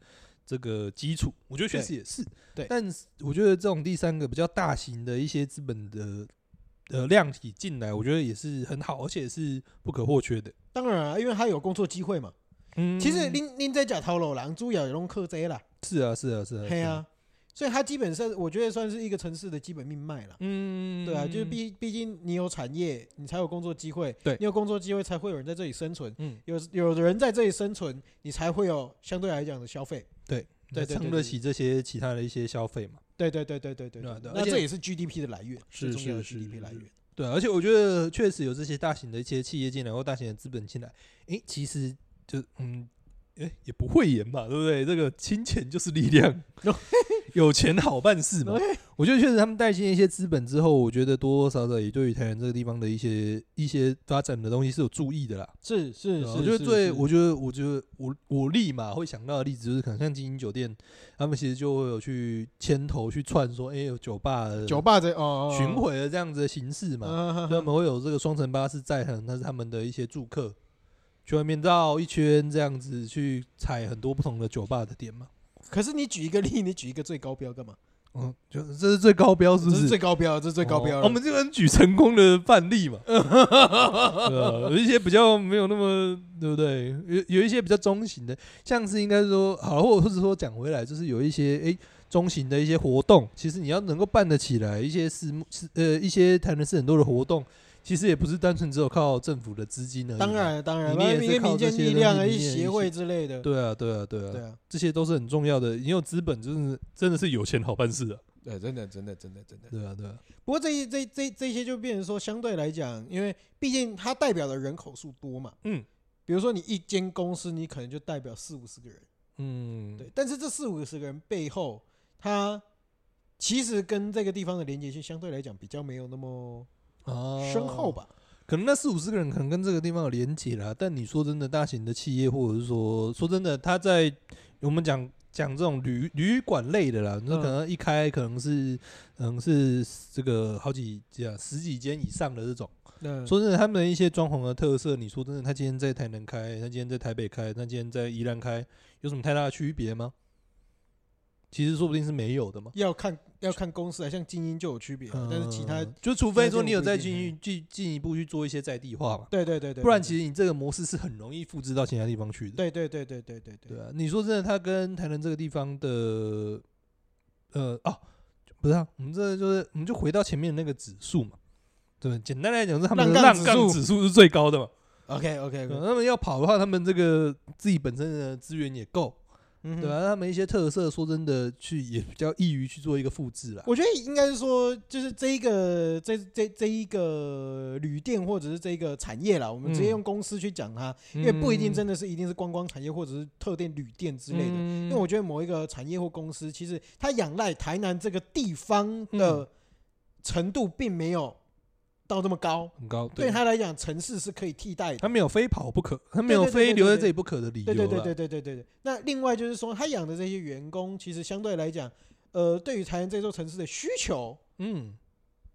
[SPEAKER 2] 这个基础，我觉得确实也是。
[SPEAKER 1] 对对
[SPEAKER 2] 但是我觉得这种第三个比较大型的一些资本的呃量体进来，我觉得也是很好，而且也是不可或缺的。
[SPEAKER 1] 当然啊，因为他有工作机会嘛。
[SPEAKER 2] 嗯，
[SPEAKER 1] 其实恁恁在假头路人主要也拢靠这啦，
[SPEAKER 2] 是啊，是啊，是啊，
[SPEAKER 1] 嘿
[SPEAKER 2] 是，
[SPEAKER 1] 啊，所以他基本上我觉得算是一个城市的基本命脉啦。
[SPEAKER 2] 嗯，
[SPEAKER 1] 对啊，就是毕毕竟你有产业，你才有工作机会，
[SPEAKER 2] 对
[SPEAKER 1] 你有工作机会才会有人在这里生存，
[SPEAKER 2] 嗯，
[SPEAKER 1] 有有人在这里生存，你才会有相对来讲的消费。对对对
[SPEAKER 2] 撑
[SPEAKER 1] 对
[SPEAKER 2] 得起这些其他的一些消费嘛。
[SPEAKER 1] 对对对对对对
[SPEAKER 2] 对啊
[SPEAKER 1] 对，
[SPEAKER 2] 对啊
[SPEAKER 1] 那
[SPEAKER 2] 而且
[SPEAKER 1] 这也是 GDP 的来源，
[SPEAKER 2] 是
[SPEAKER 1] 最重要的
[SPEAKER 2] 是是
[SPEAKER 1] GDP 来源。
[SPEAKER 2] 对啊，而且我觉得确实有这些大型的一些企业进来或大型的资本进来，诶，其实就嗯，诶，也不会言嘛，对不对？这个金钱就是力
[SPEAKER 1] [laughs]
[SPEAKER 2] 量，有钱好办事嘛。我觉得确实他们带进一些资本之后，我觉得多多少少也对于台湾这个地方的一些一些发展的东西是有注意的啦。
[SPEAKER 1] 是是
[SPEAKER 2] 对
[SPEAKER 1] 是，
[SPEAKER 2] 啊我觉得
[SPEAKER 1] 是
[SPEAKER 2] 最，
[SPEAKER 1] 是
[SPEAKER 2] 我觉得我觉得我我立马会想到的例子就是，可能像金鹰酒店，他们其实就会有去牵头去串说，诶，有酒吧的
[SPEAKER 1] 酒吧这哦啊
[SPEAKER 2] 巡回的这样子的形式嘛。啊
[SPEAKER 1] 嘛
[SPEAKER 2] 他们会有这个双层巴士载，可能那是他们的一些住客，去外面绕一圈这样子去踩很多不同的酒吧的点嘛。
[SPEAKER 1] 可是你举一个例，你举一个最高标干嘛？
[SPEAKER 2] 嗯，就是这是最高标，是不
[SPEAKER 1] 这
[SPEAKER 2] 是？
[SPEAKER 1] 是最高标，这是最高标
[SPEAKER 2] 哦
[SPEAKER 1] 了。
[SPEAKER 2] 我们这边举成功的范例
[SPEAKER 1] [laughs]
[SPEAKER 2] 嘛，对吧有一些比较没有那么，对不对？有有一些比较中型的，像是应该说好，或或者说讲回来，就是有一些诶中型的一些活动，其实你要能够办得起来，一些私募私呃一些台南市很多的活动，其实也不是单纯只有靠政府的资金而已嘛。
[SPEAKER 1] 当然当然，
[SPEAKER 2] 你也是
[SPEAKER 1] 因为民
[SPEAKER 2] 靠这
[SPEAKER 1] 间
[SPEAKER 2] 些
[SPEAKER 1] 力
[SPEAKER 2] 东
[SPEAKER 1] 量
[SPEAKER 2] 西
[SPEAKER 1] 啊，
[SPEAKER 2] 民
[SPEAKER 1] 一
[SPEAKER 2] 间的
[SPEAKER 1] 协
[SPEAKER 2] 一
[SPEAKER 1] 会
[SPEAKER 2] 些
[SPEAKER 1] 之类的，
[SPEAKER 2] 对啊，对啊，对啊，
[SPEAKER 1] 对啊，
[SPEAKER 2] 这些都是很重要的。你有资本，真的真的是有钱好办事啊。
[SPEAKER 1] 对，真的真的真的真的。
[SPEAKER 2] 对啊，对啊，
[SPEAKER 1] 不过这一这这这些就变成说，相对来讲，因为毕竟它代表的人口数多嘛，
[SPEAKER 2] 嗯
[SPEAKER 1] 比如说你一间公司，你可能就代表四五十个人，
[SPEAKER 2] 嗯，
[SPEAKER 1] 对，但是这四五十个人背后，他其实跟这个地方的连接性相对来讲比较没有那么
[SPEAKER 2] 哦
[SPEAKER 1] 深厚吧。
[SPEAKER 2] 可能那四五十个人可能跟这个地方有连结啦，但你说真的，大型的企业或者是说说真的，他在我们讲讲这种旅旅馆类的啦，那
[SPEAKER 1] 嗯
[SPEAKER 2] 可能一开可能是可能是这个好几家十几间以上的这种。
[SPEAKER 1] 那
[SPEAKER 2] 说真的，他们的一些装潢的特色，你说真的，他今天在台南开，他今天在台北开，他今天在宜兰开，有什么太大的区别吗？其实说不定是没有的嘛。
[SPEAKER 1] 要看要看公司啊，像精英就有区别啊，但是其他
[SPEAKER 2] 嗯就除非说你有再
[SPEAKER 1] 其他地方
[SPEAKER 2] 进一进进一步去做一些在地化嘛。
[SPEAKER 1] 对对对对，
[SPEAKER 2] 不然其实你这个模式是很容易复制到其他地方去的。
[SPEAKER 1] 对对对对对对对
[SPEAKER 2] 对啊，你说真的，它跟台南这个地方的，呃，哦，不是啊，我们这就是我们就回到前面那个指数嘛。对，简单来讲是他们的
[SPEAKER 1] 浪杠
[SPEAKER 2] 浪
[SPEAKER 1] 指
[SPEAKER 2] 杠
[SPEAKER 1] 数
[SPEAKER 2] 指数是最高的嘛。
[SPEAKER 1] ，OK OK
[SPEAKER 2] 对
[SPEAKER 1] OK，
[SPEAKER 2] 他们要跑的话，他们这个自己本身的资源也够，对啊吧、
[SPEAKER 1] 吧？
[SPEAKER 2] 他们一些特色，说真的，去也比较易于去做一个复制啦。
[SPEAKER 1] 我觉得应该是说，就是这一个这这这一个旅店或者是这一个产业啦，我们直接
[SPEAKER 2] 嗯
[SPEAKER 1] 用公司去讲它，因为不一定真的是一定是观光产业或者是特定旅店之类的。
[SPEAKER 2] 因
[SPEAKER 1] 因为我觉得某一个产业或公司，其实它仰赖台南这个地方
[SPEAKER 2] 嗯
[SPEAKER 1] 的程度，并没有到这么高。
[SPEAKER 2] 很高，
[SPEAKER 1] 对他来讲，城市是可以替代的。
[SPEAKER 2] 他没有非跑不可，他没有
[SPEAKER 1] 对对对
[SPEAKER 2] 非
[SPEAKER 1] 对
[SPEAKER 2] 留在
[SPEAKER 1] 对
[SPEAKER 2] 这里不可的理由啊
[SPEAKER 1] 对
[SPEAKER 2] 啦。
[SPEAKER 1] 对对对对对对对。那另外就是说，他养的这些员工，其实相对来讲，呃，对于台南这座城市的需求，
[SPEAKER 2] 嗯，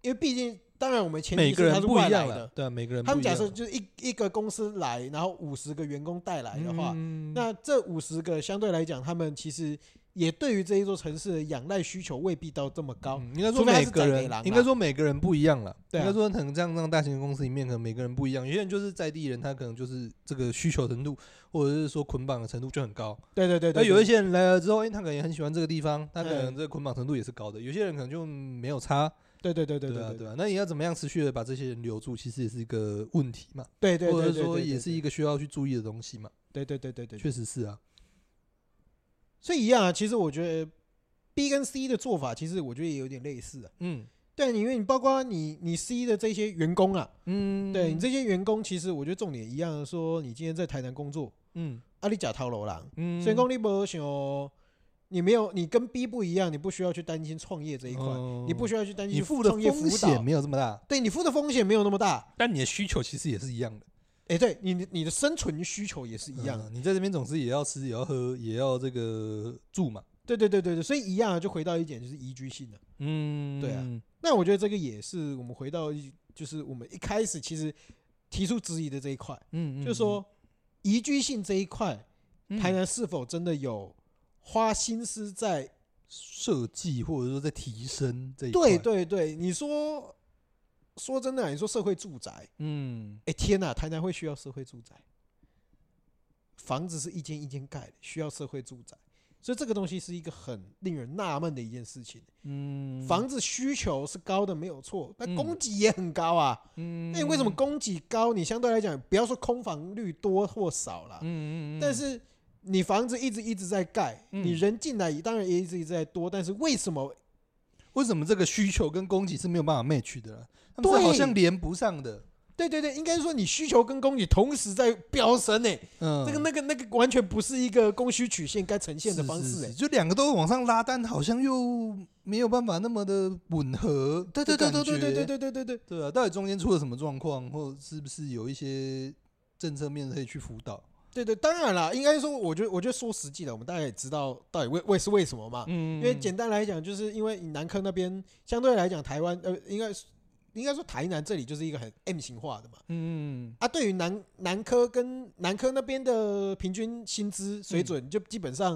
[SPEAKER 1] 因为毕竟，当然我们前
[SPEAKER 2] 每
[SPEAKER 1] 提
[SPEAKER 2] 个
[SPEAKER 1] 是他
[SPEAKER 2] 人
[SPEAKER 1] 是
[SPEAKER 2] 不
[SPEAKER 1] 外
[SPEAKER 2] 一
[SPEAKER 1] 来
[SPEAKER 2] 样了
[SPEAKER 1] 的，，
[SPEAKER 2] 对啊，每个人
[SPEAKER 1] 他们
[SPEAKER 2] 不一
[SPEAKER 1] 假
[SPEAKER 2] 样
[SPEAKER 1] 设就是一一个公司来，然后五十个员工带来的话，
[SPEAKER 2] 嗯
[SPEAKER 1] 那这五十个相对来讲，他们其实也对于这一座城市的仰赖需求未必到这么高。
[SPEAKER 2] 嗯应该说
[SPEAKER 1] 除非他
[SPEAKER 2] 每
[SPEAKER 1] 是
[SPEAKER 2] 个
[SPEAKER 1] 宰
[SPEAKER 2] 人
[SPEAKER 1] 给狼，
[SPEAKER 2] 应
[SPEAKER 1] 啦
[SPEAKER 2] 该说每个人不一样了。
[SPEAKER 1] 啊对啊
[SPEAKER 2] 应该说可能这样让大型公司里面可能每个人不一样，有些人就是在地人，他可能就是这个需求程度或者是说捆绑的程度就很高。
[SPEAKER 1] 对对对
[SPEAKER 2] 那
[SPEAKER 1] 对，
[SPEAKER 2] 有一
[SPEAKER 1] 些
[SPEAKER 2] 些人来了之后，因为他可能也很喜欢这个地方，他可能
[SPEAKER 1] 嗯
[SPEAKER 2] 这个捆绑程度也是高的。有些人可能就没有差，
[SPEAKER 1] 对对对对
[SPEAKER 2] 啊，
[SPEAKER 1] 对
[SPEAKER 2] 对啊。那你要怎么样持续的把这些人留住，其实也是一个问题嘛，
[SPEAKER 1] 对对，
[SPEAKER 2] 或者说也是一
[SPEAKER 1] 个
[SPEAKER 2] 个需要去注意的东西嘛。
[SPEAKER 1] 对对对对对，
[SPEAKER 2] 确实是啊，
[SPEAKER 1] 所以一样啊。其实我觉得 B 跟 C 的做法，其实我觉得也有点类似啊。
[SPEAKER 2] 嗯
[SPEAKER 1] 对，因为你包括你你 C 的这些员工啊，
[SPEAKER 2] 嗯，
[SPEAKER 1] 对你这些员工，其实我觉得重点一样，说你今天在台南工作，
[SPEAKER 2] 嗯
[SPEAKER 1] 啊，你假套楼啦，
[SPEAKER 2] 嗯，
[SPEAKER 1] 所以讲你不想，你没有你跟 B 不一样，你不需要去担心创业这一块，
[SPEAKER 2] 哦
[SPEAKER 1] 你不需要去担
[SPEAKER 2] 你
[SPEAKER 1] 心
[SPEAKER 2] 付的
[SPEAKER 1] 创业
[SPEAKER 2] 风
[SPEAKER 1] 辅
[SPEAKER 2] 险
[SPEAKER 1] 导，
[SPEAKER 2] 没有这么大，
[SPEAKER 1] 对你付的风险没有那么大。
[SPEAKER 2] 但你的需求其实也是一样的，
[SPEAKER 1] 哎，对你你的生存需求也是一样的
[SPEAKER 2] 嗯。你在这边总是也要吃，也要喝，也要这个住嘛。
[SPEAKER 1] 对对对对对，所以一样啊就回到一点就是宜居性了。
[SPEAKER 2] 嗯
[SPEAKER 1] 对啊，那我觉得这个也是我们回到一就是我们一开始其实提出质疑的这一块，
[SPEAKER 2] 嗯，
[SPEAKER 1] 就是说宜居性这一块，
[SPEAKER 2] 嗯
[SPEAKER 1] 台南是否真的有花心思在？
[SPEAKER 2] 设计或者说在提升这一块，
[SPEAKER 1] 对，对对，你说说真的啊，你说社会住宅，
[SPEAKER 2] 嗯，
[SPEAKER 1] 哎天哪，台南会需要社会住宅，房子是一间一间盖的，需要社会住宅，所以这个东西是一个很令人纳闷的一件事情。
[SPEAKER 2] 嗯，
[SPEAKER 1] 房子需求是高的没有错，但
[SPEAKER 2] 嗯
[SPEAKER 1] 供给也很高啊。
[SPEAKER 2] 嗯，
[SPEAKER 1] 那、你为什么供给高？你相对来讲，不要说空房率多或少啦，
[SPEAKER 2] 嗯？嗯嗯，
[SPEAKER 1] 但是你房子一直一直在盖，
[SPEAKER 2] 嗯
[SPEAKER 1] 你人进来也当然也一直一直在多，但是为什么？
[SPEAKER 2] 为什么这个需求跟供给是没有办法 match 的啦？他们是
[SPEAKER 1] 对
[SPEAKER 2] 好像连不上的，
[SPEAKER 1] 对对对，应该说你需求跟供给同时在飙升诶、
[SPEAKER 2] 嗯，
[SPEAKER 1] 这个那个那个完全不是一个供需曲线该呈现的方
[SPEAKER 2] 是
[SPEAKER 1] 式欸
[SPEAKER 2] 是
[SPEAKER 1] 诶、
[SPEAKER 2] 是就两个都往上拉，但好像又没有办法那么的吻合
[SPEAKER 1] 对
[SPEAKER 2] 的
[SPEAKER 1] 对对
[SPEAKER 2] 感觉，
[SPEAKER 1] 对对对对对对对对，
[SPEAKER 2] 对啊，到底中间出了什么状况，或者是不是有一些政策面可以去辅导？
[SPEAKER 1] 对对，当然啦，应该说，我觉得我觉得说实际的，我们大家也知道到底为为是为什么嘛。
[SPEAKER 2] 嗯
[SPEAKER 1] 因为简单来讲，就是因为以南科那边相对来讲，台湾呃，应该是应该说台南这里就是一个很 M 型化的嘛。
[SPEAKER 2] 嗯
[SPEAKER 1] 啊，对于南南科跟南科那边的平均薪资水准，就基本上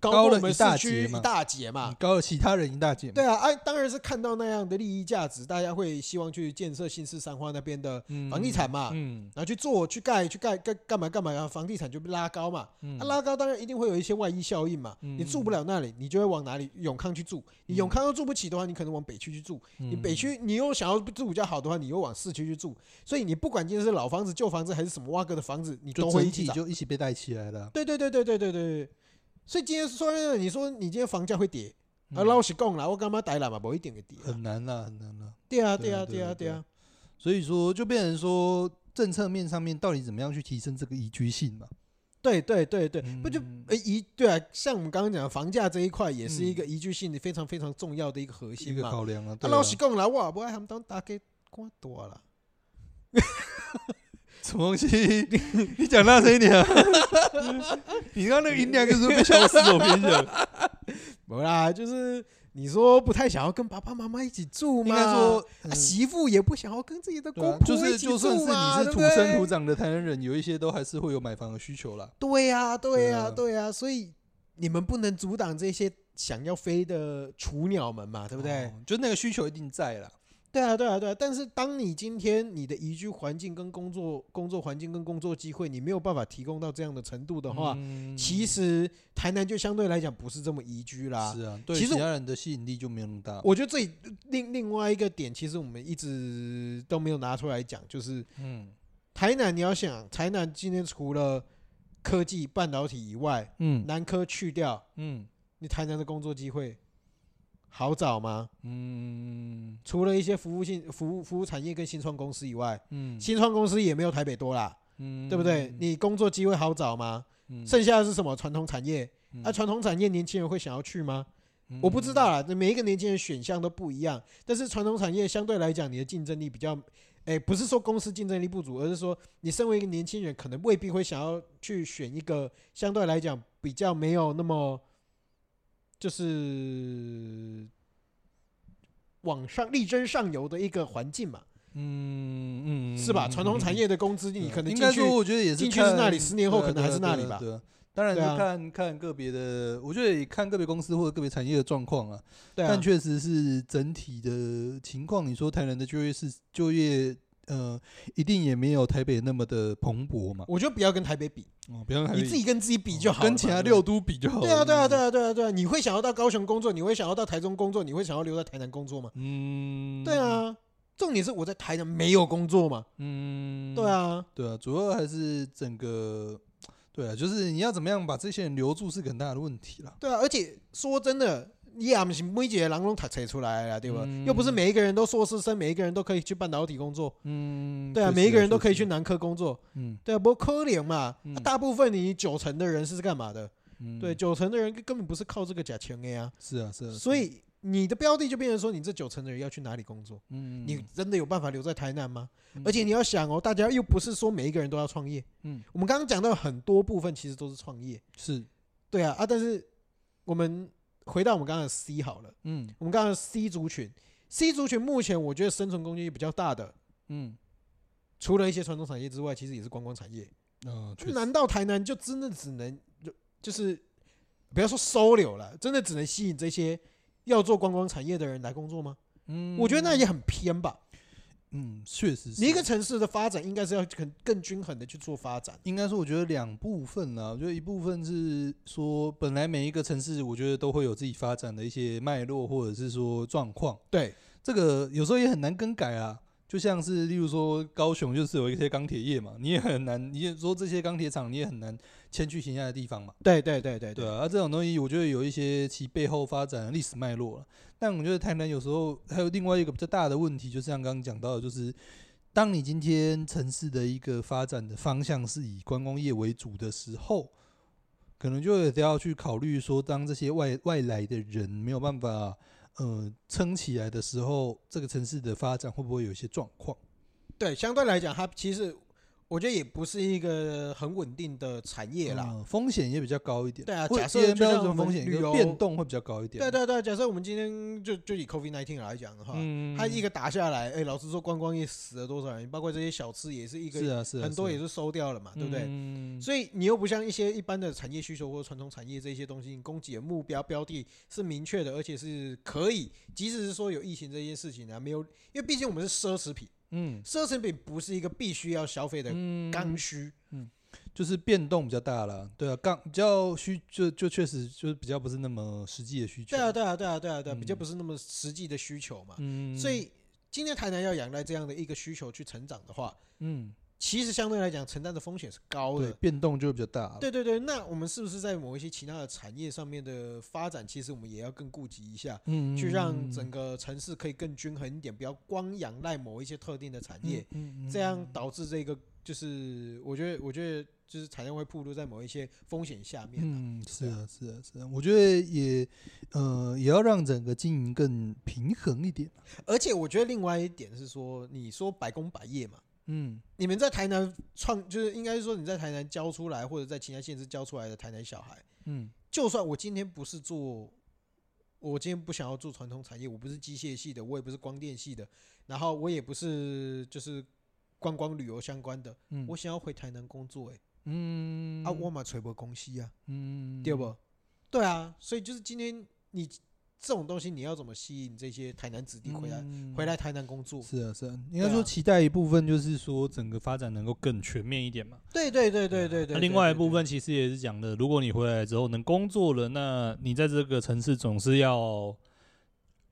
[SPEAKER 1] 高
[SPEAKER 2] 嗯高
[SPEAKER 1] 过
[SPEAKER 2] 了
[SPEAKER 1] 我们
[SPEAKER 2] 一
[SPEAKER 1] 市
[SPEAKER 2] 大
[SPEAKER 1] 区
[SPEAKER 2] 截嘛
[SPEAKER 1] 一大截嘛
[SPEAKER 2] 你。高了其他人一大截嘛，
[SPEAKER 1] 啊对啊，啊，当然是看到那样的利益价值，大家会希望去建设新市三花那边的
[SPEAKER 2] 嗯
[SPEAKER 1] 房地产啊嘛，
[SPEAKER 2] 嗯
[SPEAKER 1] 然后去做、去盖、去盖、干干嘛干嘛，然后房地产就被拉高嘛。
[SPEAKER 2] 嗯
[SPEAKER 1] 啊，拉高当然一定会有一些外溢效应嘛。
[SPEAKER 2] 嗯
[SPEAKER 1] 你住不了那里，你就会往哪里永康去住。你永康又住不起的话，你可能往北区去住。
[SPEAKER 2] 嗯
[SPEAKER 1] 你北区你又想要住比较好的话，你又往市区去住。所以你不管今天是老房子、旧房子还是什么挖哥的房子，你
[SPEAKER 2] 就
[SPEAKER 1] 都会
[SPEAKER 2] 整
[SPEAKER 1] 一起
[SPEAKER 2] 体
[SPEAKER 1] 涨。
[SPEAKER 2] 就一起被带起来了。
[SPEAKER 1] 对对对对对对对对。所以今天说真的，你说你今天房价会跌，啊，
[SPEAKER 2] 嗯
[SPEAKER 1] 老实讲啦，我干嘛逮了嘛，不一定会跌啊。
[SPEAKER 2] 很难啦，很难啦。
[SPEAKER 1] 对啊，
[SPEAKER 2] 对
[SPEAKER 1] 对
[SPEAKER 2] 啊
[SPEAKER 1] 啊，对
[SPEAKER 2] 对啊
[SPEAKER 1] 啊，对啊。
[SPEAKER 2] 所以说，就变成说政策面上面到底怎么样去提升这个宜居性嘛？
[SPEAKER 1] 对啊对对对，不就
[SPEAKER 2] 啊嗯
[SPEAKER 1] 呃一对啊，像我们刚刚讲的房价这一块，也是一个依据性的非常非常重要的一个核
[SPEAKER 2] 一
[SPEAKER 1] 心
[SPEAKER 2] 个
[SPEAKER 1] 嘛。
[SPEAKER 2] 考量啊。
[SPEAKER 1] 啊，
[SPEAKER 2] 对啊
[SPEAKER 1] 老实讲啦，我也不爱他们当大家官多啦。
[SPEAKER 2] 什么东西？你讲大声一
[SPEAKER 1] [laughs]
[SPEAKER 2] 点啊！你刚刚那个音量就是被笑死我，我跟你讲。
[SPEAKER 1] [laughs] 没啦，就是你说不太想要跟爸爸妈妈一起住
[SPEAKER 2] 应
[SPEAKER 1] 嘛，
[SPEAKER 2] 该说，
[SPEAKER 1] 啊
[SPEAKER 2] 嗯
[SPEAKER 1] 媳妇也不想要跟自己的
[SPEAKER 2] 对
[SPEAKER 1] 公
[SPEAKER 2] 啊，就
[SPEAKER 1] 婆一
[SPEAKER 2] 是
[SPEAKER 1] 起
[SPEAKER 2] 就算
[SPEAKER 1] 住
[SPEAKER 2] 是
[SPEAKER 1] 嘛，
[SPEAKER 2] 你是
[SPEAKER 1] 对
[SPEAKER 2] 土
[SPEAKER 1] 不对
[SPEAKER 2] 生土长的台南人，有一些都还是会有买房的需求啦。
[SPEAKER 1] 对呀、对呀、
[SPEAKER 2] 对啊
[SPEAKER 1] 对呀、所以你们不能阻挡这些想要飞的雏鸟们嘛，对
[SPEAKER 2] 对
[SPEAKER 1] 不对？？
[SPEAKER 2] 哦就那个需求一定在啦。
[SPEAKER 1] 对啊，对啊，对啊。但是当你今天你的宜居环境跟工作工作环境跟工作机会，你没有办法提供到这样的程度的话，
[SPEAKER 2] 嗯
[SPEAKER 1] 其实台南就相对来讲不是这么宜居啦。
[SPEAKER 2] 是啊，对
[SPEAKER 1] 其
[SPEAKER 2] 其
[SPEAKER 1] 实我
[SPEAKER 2] 他人的吸引力就没有那么大。
[SPEAKER 1] 我觉得这里另另外一个点，其实我们一直都没有拿出来讲，就是
[SPEAKER 2] 嗯
[SPEAKER 1] 台南，你要想台南今天除了科技半导体以外，
[SPEAKER 2] 嗯
[SPEAKER 1] 南科去掉，
[SPEAKER 2] 嗯
[SPEAKER 1] 你台南的工作机会好找吗？
[SPEAKER 2] 嗯
[SPEAKER 1] 除了一些服务性服务服务产业跟新创公司以外，
[SPEAKER 2] 嗯
[SPEAKER 1] 新创公司也没有台北多啦，
[SPEAKER 2] 嗯
[SPEAKER 1] 对不对？你工作机会好找吗？剩下的是什么传统产业？
[SPEAKER 2] 嗯
[SPEAKER 1] 啊，传统产业年轻人会想要去吗？我不知道。啦，每一个年轻人选项都不一样。但是传统产业相对来讲，你的竞争力比较，哎，不是说公司竞争力不足，而是说你身为一个年轻人，可能未必会想要去选一个相对来讲比较没有那么，就是往上力争上游的一个环境嘛，
[SPEAKER 2] 嗯嗯，嗯
[SPEAKER 1] 是吧？传统产业的工资，你可能
[SPEAKER 2] 应
[SPEAKER 1] 进
[SPEAKER 2] 该
[SPEAKER 1] 去
[SPEAKER 2] 说，，我觉得也是
[SPEAKER 1] 进去是
[SPEAKER 2] 看
[SPEAKER 1] 那里10年后
[SPEAKER 2] 对啊
[SPEAKER 1] 可能还是
[SPEAKER 2] 对啊
[SPEAKER 1] 那里吧
[SPEAKER 2] 对啊对啊当然是
[SPEAKER 1] 对啊
[SPEAKER 2] 看看个别的，我觉得也看个别公司或者个别产业的状况啊。
[SPEAKER 1] 对啊
[SPEAKER 2] 但，确实是整体的情况，你说台南的就业是就业，呃，一定也没有台北那么的蓬勃嘛。
[SPEAKER 1] 我觉得不要跟台北比，
[SPEAKER 2] 哦，不用
[SPEAKER 1] 你自己跟自己比就好了嘛，
[SPEAKER 2] 跟其
[SPEAKER 1] 对不
[SPEAKER 2] 他
[SPEAKER 1] 对
[SPEAKER 2] 六都比就好了。
[SPEAKER 1] 对啊，对啊，对
[SPEAKER 2] 啊。
[SPEAKER 1] 啊，对啊，对啊！你会想要到高雄工作，你会想要到台中工作，你会想要留在台南工作吗？
[SPEAKER 2] 嗯，
[SPEAKER 1] 对，啊，重点是我在台南没有工作嘛。
[SPEAKER 2] 嗯，
[SPEAKER 1] 对，啊，
[SPEAKER 2] 对啊，主要还是整个，对啊，就是你要怎么样把这些人留住是个很大的问题啦。
[SPEAKER 1] 对啊，而且说真的，你也不是每一个人拢读册出来了，对吧？
[SPEAKER 2] 嗯
[SPEAKER 1] 又不是每一个人都硕士生，每一个人都可以去半导体工作。
[SPEAKER 2] 嗯，
[SPEAKER 1] 对啊，
[SPEAKER 2] 确实
[SPEAKER 1] 每一个人都可以
[SPEAKER 2] 确
[SPEAKER 1] 去
[SPEAKER 2] 实
[SPEAKER 1] 南科工作。
[SPEAKER 2] 嗯
[SPEAKER 1] 对啊，不过科联嘛，啊
[SPEAKER 2] 嗯
[SPEAKER 1] 大部分你九成的人是干嘛的？
[SPEAKER 2] 嗯，
[SPEAKER 1] 对，，九成的人根本不是靠这个假钱 A 啊，
[SPEAKER 2] 是啊，是啊，
[SPEAKER 1] 所
[SPEAKER 2] 是啊，
[SPEAKER 1] 以你的标的就变成说，你这九成的人要去哪里工作？
[SPEAKER 2] 嗯，
[SPEAKER 1] 你真的有办法留在台南吗？
[SPEAKER 2] 嗯
[SPEAKER 1] 而且你要想哦，大家又不是说每一个人都要创业。
[SPEAKER 2] 嗯，
[SPEAKER 1] 我们刚刚讲到很多部分其实都是创业，
[SPEAKER 2] 是，
[SPEAKER 1] 对啊啊，但是我们回到我们刚刚的 C 好了，
[SPEAKER 2] 嗯
[SPEAKER 1] 我们刚刚的 C 族群，C 族群目前我觉得生存空间比较大的，
[SPEAKER 2] 嗯，
[SPEAKER 1] 除了一些传统产业之外，其实也是观光产业。
[SPEAKER 2] 啊，确实
[SPEAKER 1] 难道台南就真的只能就就是不要说收留了，真的只能吸引这些要做观光产业的人来工作吗？
[SPEAKER 2] 嗯，
[SPEAKER 1] 我觉得那也很偏吧。
[SPEAKER 2] 嗯，确实是。
[SPEAKER 1] 你一个城市的发展应该是要更更均衡的去做发展。
[SPEAKER 2] 应该说，我觉得两部分啦。我觉得一部分是说，本来每一个城市，我觉得都会有自己发展的一些脉络，或者是说状况。
[SPEAKER 1] 对，
[SPEAKER 2] 这个有时候也很难更改啦。就像是例如说，高雄就是有一些钢铁业嘛，你也很难，你也说这些钢铁厂，你也很难迁去其他的地方嘛。
[SPEAKER 1] 对对对对
[SPEAKER 2] 对啊，啊这种东西我觉得有一些其背后发展的历史脉络了。但我觉得台南有时候还有另外一个比较大的问题，就像刚刚讲到的，就是当你今天城市的一个发展的方向是以观光业为主的时候，可能就得要去考虑说，当这些外外来的人没有办法呃撑起来的时候，这个城市的发展会不会有一些状况？
[SPEAKER 1] 对，相对来讲，它其实我觉得也不是一个很稳定的产业啦。
[SPEAKER 2] 呃风险也比较高一点。
[SPEAKER 1] 对啊
[SPEAKER 2] 会
[SPEAKER 1] 假设
[SPEAKER 2] 也比
[SPEAKER 1] 就像
[SPEAKER 2] 较
[SPEAKER 1] 我们
[SPEAKER 2] 风险
[SPEAKER 1] 旅游
[SPEAKER 2] 跟变动会比较高一点。
[SPEAKER 1] 对对对，假设我们今天就就以 COVID nineteen 来讲的话，
[SPEAKER 2] 嗯，
[SPEAKER 1] 它一个打下来，哎，老实说，观光业死了多少人？包括这些小吃也是一
[SPEAKER 2] 是
[SPEAKER 1] 个
[SPEAKER 2] 啊是啊，
[SPEAKER 1] 很多
[SPEAKER 2] 是啊
[SPEAKER 1] 也是收掉了嘛，对不对？
[SPEAKER 2] 嗯
[SPEAKER 1] 所以你又不像一些一般的产业需求或传统产业这些东西，你供给的目标标的是明确的，而且是可以，即使是说有疫情这件事情啊呢、没有，因为毕竟我们是奢侈品，
[SPEAKER 2] 嗯
[SPEAKER 1] 奢侈品不是一个必须要消费的
[SPEAKER 2] 嗯，
[SPEAKER 1] 刚需。
[SPEAKER 2] 就是变动比较大了，对啊，刚比较需就就确实就是比较不是那么实际的需求，
[SPEAKER 1] 对啊，，对啊，对啊，对啊，对啊，比较
[SPEAKER 2] 嗯
[SPEAKER 1] 不是那么实际的需求嘛。
[SPEAKER 2] 嗯，
[SPEAKER 1] 所以今天台南要仰赖这样的一个需求去成长的话，
[SPEAKER 2] 嗯，
[SPEAKER 1] 其实相对来讲承担的风险是高
[SPEAKER 2] 对，
[SPEAKER 1] 的。
[SPEAKER 2] 变动就会比较大，
[SPEAKER 1] 对对对，那我们是不是在某一些其他的产业上面的发展，其实我们也要更顾及一下，
[SPEAKER 2] 嗯，嗯，
[SPEAKER 1] 去让整
[SPEAKER 2] 个
[SPEAKER 1] 个城
[SPEAKER 2] 嗯
[SPEAKER 1] 市可以更均衡一点，不要光仰赖某一些特定的产业，这样导致这个就是我觉得，我觉得就是产业会暴露在某一些风险下面啊。
[SPEAKER 3] 嗯，是
[SPEAKER 1] 对
[SPEAKER 3] 啊，是啊，是啊，我觉得也，呃，也要让整个经营更平衡一点。
[SPEAKER 2] 啊
[SPEAKER 1] 而且我觉得另外一点是说，你说百工百业嘛，
[SPEAKER 3] 嗯，
[SPEAKER 1] 你们在台南创，就是应该是说你在台南教出来，或者在其他县市教出来的台南小孩，
[SPEAKER 3] 嗯，
[SPEAKER 1] 就算我今天不是做，我今天不想要做传统产业，我不是机械系的，我也不是光电系的，然后我也不是就是观光旅游相关的，
[SPEAKER 3] 嗯，
[SPEAKER 1] 我想要回台南工作、欸，
[SPEAKER 3] 嗯
[SPEAKER 1] 啊，我嘛垂博公司啊，
[SPEAKER 3] 嗯，
[SPEAKER 1] 对不？对啊，所以就是今天你这种东西，你要怎么吸引这些台南子弟回来、
[SPEAKER 3] 嗯
[SPEAKER 1] 回来台南工作？
[SPEAKER 3] 是啊，是啊，应
[SPEAKER 1] 对
[SPEAKER 3] 该
[SPEAKER 1] 啊
[SPEAKER 3] 说
[SPEAKER 2] 期待一部分就是说整个发展能够更全面一点嘛。
[SPEAKER 1] 对对对对对对
[SPEAKER 2] 啊那另外一部分其实也是讲的，如果你回来之后能工作了，那你在这个城市总是要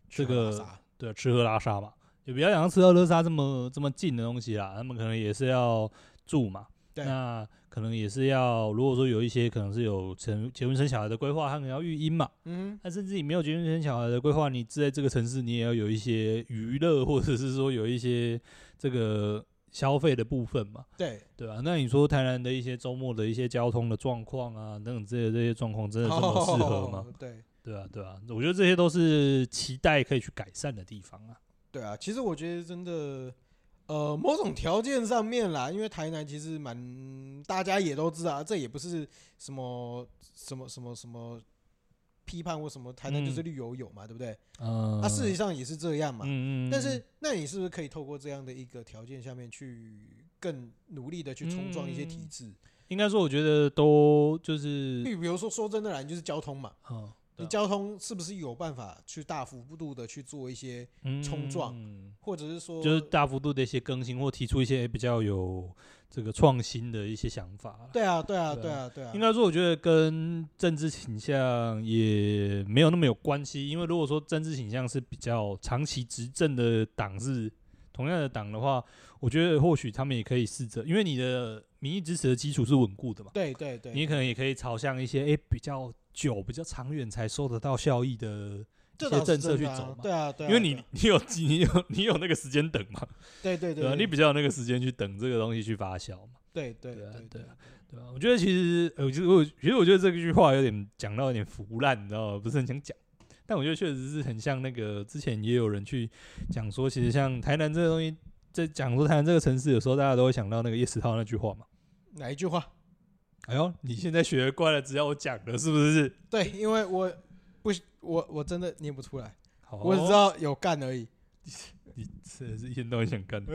[SPEAKER 2] 这个对吃喝拉撒嘛，也不要讲到吃喝拉撒这么这么近的东西啦，他们可能也是要住嘛。
[SPEAKER 1] 对
[SPEAKER 2] 那可能也是要，如果说有一些可能是有成结婚生小孩的规划，他可能要育婴嘛。
[SPEAKER 1] 嗯
[SPEAKER 2] 那甚至你没有结婚生小孩的规划，你在这个城市你也要有一些娱乐，或者是说有一些这个消费的部分嘛，
[SPEAKER 1] 对，
[SPEAKER 2] 对吧、那你说台南的一些周末的一些交通的状况啊，等等之类的这些状况，真的这么适合吗？
[SPEAKER 1] 哦 [laughs] 对
[SPEAKER 2] 对啊，对啊，我觉得这些都是期待可以去改善的地方啊。
[SPEAKER 1] 对啊，其实我觉得真的。呃，某种条件上面啦，因为台南其实蛮，大家也都知道，啊这也不是什么什么什么什么批判或什么，台南就是
[SPEAKER 2] 嗯
[SPEAKER 1] 绿油油嘛，对不对？
[SPEAKER 2] 嗯，
[SPEAKER 1] 那、事实上也是这样嘛。
[SPEAKER 2] 嗯嗯，
[SPEAKER 1] 但是，那你是不是可以透过这样的一个条件下面去更努力的去冲撞一些
[SPEAKER 2] 嗯
[SPEAKER 1] 体制？
[SPEAKER 2] 应该说，我觉得都就是，
[SPEAKER 1] 比比如说，说真的啦，你就是交通嘛，
[SPEAKER 2] 嗯，对
[SPEAKER 1] 你
[SPEAKER 2] 啊
[SPEAKER 1] 交通是不是有办法去大幅度的去做一些，
[SPEAKER 2] 嗯
[SPEAKER 1] 冲撞
[SPEAKER 2] 嗯
[SPEAKER 1] 或者是说，
[SPEAKER 2] 就是大幅度的一些更新，或提出一些比较有这个创新的一些想法啦。
[SPEAKER 1] 对啊，对啊，
[SPEAKER 2] 对
[SPEAKER 1] 对
[SPEAKER 2] 啊
[SPEAKER 1] 啊，对啊
[SPEAKER 2] 应，该说，我觉得跟政治倾向也没有那么有关系，因为如果说政治倾向是比较长期执政的党是同样的党的话，我觉得或许他们也可以试着，因为你的民意支持的基础是稳固的嘛，
[SPEAKER 1] 对对对，
[SPEAKER 2] 你可能也可以朝向一些诶、比较久、比较长远才收得到效益的一
[SPEAKER 1] 这
[SPEAKER 2] 些
[SPEAKER 1] 倒是
[SPEAKER 2] 政策
[SPEAKER 1] 真
[SPEAKER 2] 去
[SPEAKER 1] 的啊
[SPEAKER 2] 走嘛。
[SPEAKER 1] 对啊，对啊，
[SPEAKER 2] 因为
[SPEAKER 1] 对
[SPEAKER 2] 你
[SPEAKER 1] 啊
[SPEAKER 2] 你有 [laughs] 你有你有那个时间等嘛，
[SPEAKER 1] 对对
[SPEAKER 2] 对啊，
[SPEAKER 1] 对，
[SPEAKER 2] 你比较有那个时间去等这个东西去发酵嘛，
[SPEAKER 1] 对对
[SPEAKER 2] 对啊
[SPEAKER 1] 对
[SPEAKER 2] 对
[SPEAKER 1] 对
[SPEAKER 2] 啊对吧、我觉得其实，呃，我觉得我其实我觉得这句话有点讲到有点腐烂，你知道吗？不是很想讲，但我觉得确实是很像那个之前也有人去讲说，其实像台南这个东西，在讲说台南这个城市，有时候大家都会想到那个叶石涛那句话嘛。
[SPEAKER 1] 哪一句话？ [laughs]
[SPEAKER 2] 哎呦，你现在学乖了，只要我讲了，是不是？
[SPEAKER 1] 对，因为我不，我我真的念不出来，
[SPEAKER 2] 好
[SPEAKER 1] 我只知道有干而已。
[SPEAKER 2] 你真的是一天到晚想
[SPEAKER 1] [laughs]
[SPEAKER 2] 干的，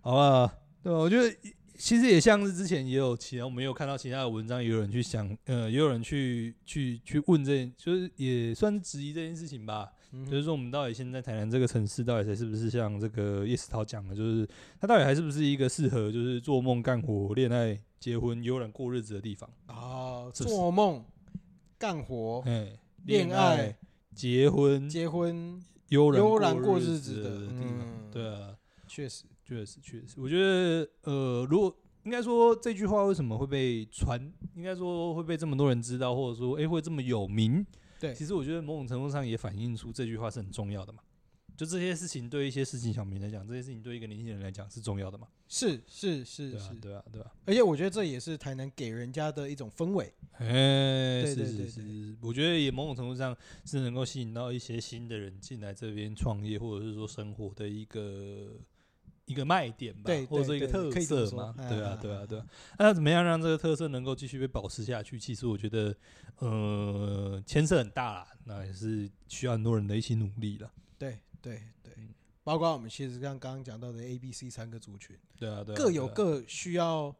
[SPEAKER 2] 好吧？对啊吧？我觉得其实也像是之前也有其他，我们也有看到其他的文章，也有人去想，呃，也有人去去去问这，就是也算是质疑这件事情吧。
[SPEAKER 1] 嗯
[SPEAKER 2] 就是说，我们到底现在台南这个城市，到底才是不是像这个叶世涛讲的，就是它到底还是不是一个适合就是做梦、干活、恋爱、结婚、悠然过日子的地方？
[SPEAKER 1] 哦，
[SPEAKER 2] 是不是
[SPEAKER 1] 做梦、干活、
[SPEAKER 2] 哎，
[SPEAKER 1] 恋爱、
[SPEAKER 2] 结婚、
[SPEAKER 1] 结婚，
[SPEAKER 2] 悠然
[SPEAKER 1] 悠然过
[SPEAKER 2] 过
[SPEAKER 1] 日
[SPEAKER 2] 子
[SPEAKER 1] 子的
[SPEAKER 2] 地方，
[SPEAKER 1] 嗯
[SPEAKER 2] 对啊。
[SPEAKER 1] 确实，
[SPEAKER 2] 确实，确实，我觉得，呃，如果应该说这句话为什么会被传，应该说会被这么多人知道，或者说，诶会这么有名？
[SPEAKER 1] 对
[SPEAKER 2] 其实我觉得某种程度上也反映出这句话是很重要的嘛。就这些事情对一些事情小民来讲，这些事情对一个年轻人来讲是重要的嘛？
[SPEAKER 1] 是是
[SPEAKER 2] 对
[SPEAKER 1] 是
[SPEAKER 2] 啊
[SPEAKER 1] 是，，
[SPEAKER 2] 对啊，对啊。
[SPEAKER 1] 而且我觉得这也是台南给人家的一种氛围。
[SPEAKER 2] 哎，
[SPEAKER 1] 对
[SPEAKER 2] 是
[SPEAKER 1] 对
[SPEAKER 2] 是
[SPEAKER 1] 对
[SPEAKER 2] 是
[SPEAKER 1] 对
[SPEAKER 2] 是，我觉得也某种程度上是能够吸引到一些新的人进来这边创业，或者是说生活的一个一个卖点吧，
[SPEAKER 1] 对
[SPEAKER 2] 或者
[SPEAKER 1] 对
[SPEAKER 2] 是一
[SPEAKER 1] 对
[SPEAKER 2] 个特
[SPEAKER 1] 可以这么
[SPEAKER 2] 色
[SPEAKER 1] 说
[SPEAKER 2] 嘛。
[SPEAKER 1] 哎
[SPEAKER 2] 对
[SPEAKER 1] 哎
[SPEAKER 2] 啊
[SPEAKER 1] 哎，
[SPEAKER 2] 对啊
[SPEAKER 1] 哎，
[SPEAKER 2] 对啊。那要怎么样让这个特色能够继续被保持下去？其实我觉得，呃，牵涉很大啦，那也是需要很多人的一起努力啦。
[SPEAKER 1] 对对对
[SPEAKER 2] 嗯，
[SPEAKER 1] 包括我们其实像刚刚讲到的 A、B、C 三个族群，
[SPEAKER 2] 对啊，对啊，
[SPEAKER 1] 各有
[SPEAKER 2] 对啊
[SPEAKER 1] 各需要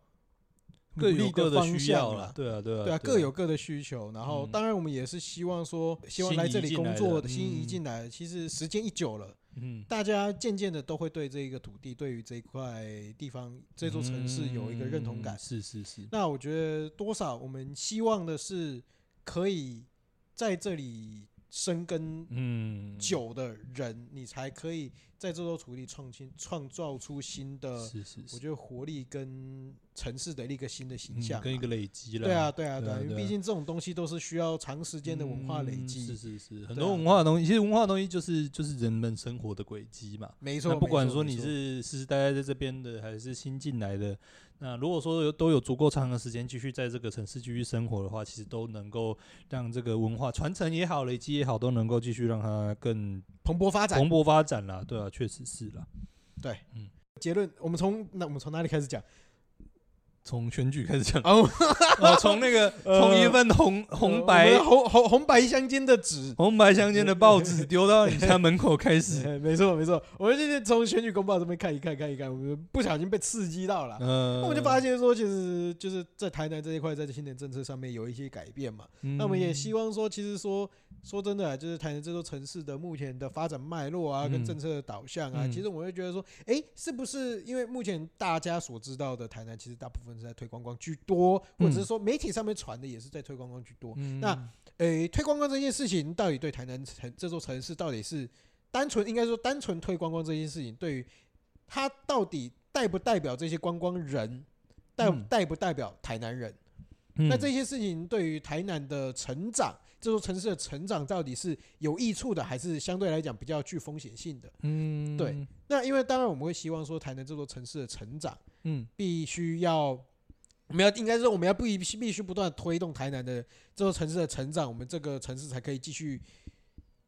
[SPEAKER 2] 各
[SPEAKER 1] 努力
[SPEAKER 2] 有各
[SPEAKER 1] 方
[SPEAKER 2] 需
[SPEAKER 1] 向
[SPEAKER 2] 要
[SPEAKER 1] 啦
[SPEAKER 2] 啦。。对啊，对啊，
[SPEAKER 1] 对啊，
[SPEAKER 2] 啊
[SPEAKER 1] 各有各的需求。然后，
[SPEAKER 2] 嗯
[SPEAKER 1] 当然我们也是希望说，希望
[SPEAKER 2] 新
[SPEAKER 1] 来
[SPEAKER 2] 移
[SPEAKER 1] 这里
[SPEAKER 2] 进来
[SPEAKER 1] 工
[SPEAKER 2] 的
[SPEAKER 1] 作的新移
[SPEAKER 2] 嗯
[SPEAKER 1] 进来，其实时间一久了，
[SPEAKER 2] 嗯，
[SPEAKER 1] 大家渐渐的都会对这一个土地、对于这一块地方、这座城市有一个认同
[SPEAKER 2] 嗯
[SPEAKER 1] 感。
[SPEAKER 2] 是是是，
[SPEAKER 1] 那我觉得多少我们希望的是可以在这里深耕
[SPEAKER 2] 嗯，
[SPEAKER 1] 久的人，你才可以在这座土地创新，创造出新的，
[SPEAKER 2] 是是
[SPEAKER 1] 我
[SPEAKER 2] 是，
[SPEAKER 1] 觉得活力跟城市的一个新的形
[SPEAKER 2] 嗯
[SPEAKER 1] 象啊。
[SPEAKER 2] 跟一个累积了，
[SPEAKER 1] 对啊，对啊，
[SPEAKER 2] 对
[SPEAKER 1] 对
[SPEAKER 2] 啊
[SPEAKER 1] 啊，因为
[SPEAKER 2] 对啊
[SPEAKER 1] 毕竟这种东西都是需要长时间的文化累
[SPEAKER 2] 嗯是
[SPEAKER 1] 积。
[SPEAKER 2] 是是，很
[SPEAKER 1] 对
[SPEAKER 2] 多
[SPEAKER 1] 啊
[SPEAKER 2] 文化的东西，其实文化的东西就是就是人们生活的轨迹嘛。
[SPEAKER 1] 没错
[SPEAKER 2] 那，不
[SPEAKER 1] 没
[SPEAKER 2] 管
[SPEAKER 1] 错
[SPEAKER 2] 说
[SPEAKER 1] 没
[SPEAKER 2] 你
[SPEAKER 1] 错
[SPEAKER 2] 是世世代代在这边的，还是新进来的，那如果说有都有足够长的时间继续在这个城市继续生活的话，其实都能够让这个文化传承也好、累积也好，都能够继续让它更
[SPEAKER 1] 蓬勃发展，
[SPEAKER 2] 蓬勃发展
[SPEAKER 1] 嗯
[SPEAKER 2] 啦。对啊，确实是啦。
[SPEAKER 1] 结论，我们从那我们从哪里开始讲？
[SPEAKER 2] 从选举开始讲， [laughs]
[SPEAKER 1] 哦，
[SPEAKER 2] 哦，从那
[SPEAKER 1] [laughs]
[SPEAKER 2] 个从一
[SPEAKER 1] 呃
[SPEAKER 2] 份红红
[SPEAKER 1] 我
[SPEAKER 2] 白
[SPEAKER 1] 们红红红白相间的纸。
[SPEAKER 2] 红白相间的报纸丢到你家门口开始，
[SPEAKER 1] 哎没错没错，我们就是从选举公报这边看一看看一看，我们不小心被刺激到了。
[SPEAKER 2] 嗯，
[SPEAKER 1] 啊那我们就发现说，其实就是在台南这一块，在新年政策上面有一些改变嘛。
[SPEAKER 2] 嗯，
[SPEAKER 1] 那我们也希望说，其实说说真的啊，就是台南这座城市的目前的发展脉络啊，
[SPEAKER 2] 嗯
[SPEAKER 1] 跟政策的导向啊，
[SPEAKER 2] 嗯
[SPEAKER 1] 其实我会觉得说，诶，是不是因为目前大家所知道的台南，其实大部分是在推观光居多，或者是说媒体上面传的也是在推观光居多。
[SPEAKER 2] 嗯，
[SPEAKER 1] 那诶，推观光这件事情到底对台南城这座城市到底是单纯应该说单纯推观光这件事情，对于它到底代不代表这些观光人，代、
[SPEAKER 2] 嗯
[SPEAKER 1] 代不代表台南人？
[SPEAKER 2] 嗯
[SPEAKER 1] 那这些事情对于台南的成长，这座城市的成长到底是有益处的，还是相对来讲比较具风险性的？
[SPEAKER 2] 嗯
[SPEAKER 1] 对，那因为当然我们会希望说，台南这座城市的成长
[SPEAKER 2] 嗯
[SPEAKER 1] 必须要。我们要应该说，我们要必必须不断地推动台南的这座城市的成长，我们这个城市才可以继续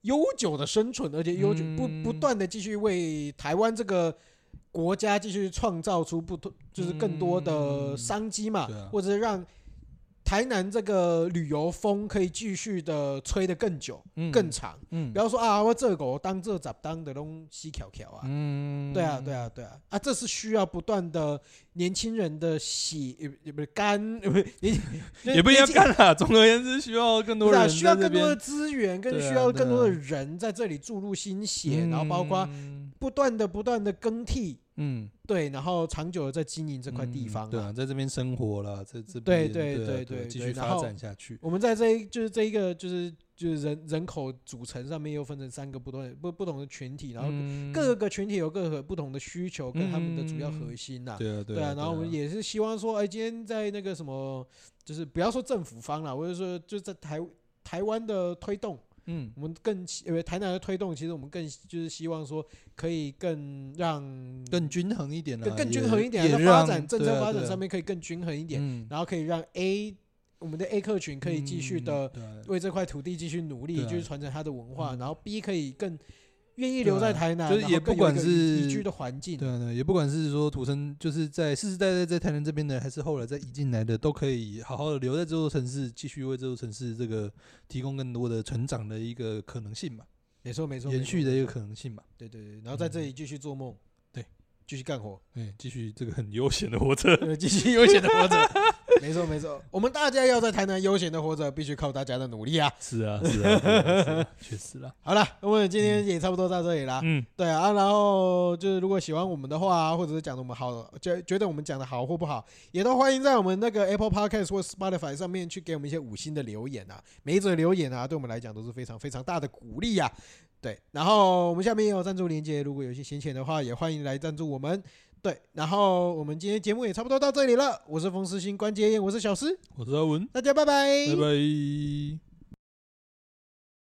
[SPEAKER 1] 悠久的生存，而且悠久不
[SPEAKER 2] 嗯
[SPEAKER 1] 不断的继续为台湾这个国家继续创造出不同，就是更多的
[SPEAKER 2] 嗯
[SPEAKER 1] 商机嘛，
[SPEAKER 2] 对啊
[SPEAKER 1] 或者是让台南这个旅游风可以继续的吹得更久、
[SPEAKER 2] 嗯
[SPEAKER 1] 更长。
[SPEAKER 2] 嗯
[SPEAKER 1] 不要说啊，我这狗当这咋当的东西巧巧啊，
[SPEAKER 2] 嗯
[SPEAKER 1] 对啊，对啊，对啊，啊，这是需要不断的年轻人的血，呃也不是肝，呃不是年轻，就是
[SPEAKER 2] 也不一定
[SPEAKER 1] 年
[SPEAKER 2] 要
[SPEAKER 1] 轻
[SPEAKER 2] 干啦。 [laughs] 总而言之，需要更多
[SPEAKER 1] 不是啊
[SPEAKER 2] 人
[SPEAKER 1] 需要
[SPEAKER 2] 在这
[SPEAKER 1] 更多的
[SPEAKER 2] 边
[SPEAKER 1] 资源，跟
[SPEAKER 2] 对啊
[SPEAKER 1] 需要
[SPEAKER 2] 对
[SPEAKER 1] 更多的
[SPEAKER 2] 啊
[SPEAKER 1] 人在这里注入心血，然后包括
[SPEAKER 2] 嗯
[SPEAKER 1] 不断的、不断的更替，
[SPEAKER 2] 嗯
[SPEAKER 1] 对，然后长久的在经营这块地
[SPEAKER 2] 嗯
[SPEAKER 1] 方
[SPEAKER 2] 对
[SPEAKER 1] 啊
[SPEAKER 2] 啊，。在这边生活了，在这
[SPEAKER 1] 对
[SPEAKER 2] 边
[SPEAKER 1] 对
[SPEAKER 2] 对啊
[SPEAKER 1] 对
[SPEAKER 2] 对啊
[SPEAKER 1] 对
[SPEAKER 2] 继
[SPEAKER 1] 对
[SPEAKER 2] 续
[SPEAKER 1] 然
[SPEAKER 2] 发
[SPEAKER 1] 后
[SPEAKER 2] 展下去。
[SPEAKER 1] 我们在这一就是这一个就是就是人人口组成上面又分成三个不同的不不同的群体，然后
[SPEAKER 2] 嗯
[SPEAKER 1] 各个群体有各个不同的需求跟他们的主要核心呐、
[SPEAKER 2] 对啊对
[SPEAKER 1] 对啊，然后我们也是希望说，哎，今天在那个什么，就是不要说政府方啦，或者说就在台台湾的推动，
[SPEAKER 2] 嗯
[SPEAKER 1] 我们更希呃台南的推动，其实我们更就是希望说可以更让
[SPEAKER 3] 更均衡一点啦
[SPEAKER 1] 更更
[SPEAKER 3] 也
[SPEAKER 1] 均衡一点啊，
[SPEAKER 3] 也
[SPEAKER 1] 在发
[SPEAKER 3] 让
[SPEAKER 1] 展政
[SPEAKER 3] 对
[SPEAKER 1] 策
[SPEAKER 3] 啊
[SPEAKER 1] 发
[SPEAKER 3] 对
[SPEAKER 1] 展
[SPEAKER 3] 啊
[SPEAKER 1] 上面可以更均衡一点，
[SPEAKER 2] 嗯
[SPEAKER 1] 然后可以让 A 我们的 A 客群可以继续的
[SPEAKER 2] 嗯对啊
[SPEAKER 1] 为这块土地继续努力，
[SPEAKER 2] 对啊
[SPEAKER 1] 就是传承它的文化，
[SPEAKER 2] 嗯啊
[SPEAKER 1] 然后 B 可以更愿意留在台南，
[SPEAKER 2] 就是
[SPEAKER 1] 然后
[SPEAKER 2] 也
[SPEAKER 1] 更
[SPEAKER 2] 不
[SPEAKER 1] 有一
[SPEAKER 2] 管
[SPEAKER 1] 个
[SPEAKER 2] 是
[SPEAKER 1] 宜居的环境
[SPEAKER 3] 对，啊，对啊，也不管是说土生，就是在世世代代在台南这边的，还是后来再移进来的，都可以好好的留在这座城市，继续为这座城市这个提供更多的成长的一个可能性嘛，
[SPEAKER 1] 没错没错，
[SPEAKER 3] 延
[SPEAKER 1] 没错
[SPEAKER 3] 续的一个可能性嘛。
[SPEAKER 1] 对对对，然后在这里继续做梦，
[SPEAKER 2] 对，
[SPEAKER 1] 继续干活，
[SPEAKER 2] 哎，继续这个很悠闲的活着。
[SPEAKER 1] 呃 [laughs] 继续悠闲的活着。 [laughs] 没错没错，我们大家要在台南悠闲的活着，必须靠大家的努力啊！
[SPEAKER 2] 是啊是啊对啊，是啊确实 [laughs] 啦。
[SPEAKER 1] 好了，那我们今天也差不多到这里啦。
[SPEAKER 2] 嗯，
[SPEAKER 1] 对啊，啊然后就是如果喜欢我们的话，或者是讲的我们好，觉觉得我们讲的好或不好，也都欢迎在我们那个 Apple Podcast 或 Spotify 上面去给我们一些五星的留言啊，每一则留言啊，对我们来讲都是非常非常大的鼓励啊。对，然后我们下面也有赞助链接，如果有一些闲钱的话，也欢迎来赞助我们。对，然后我们今天节目也差不多到这里了，我是冯思欣，关节炎，我是小诗，
[SPEAKER 2] 我是阿文，
[SPEAKER 1] 大家拜拜
[SPEAKER 2] 拜拜。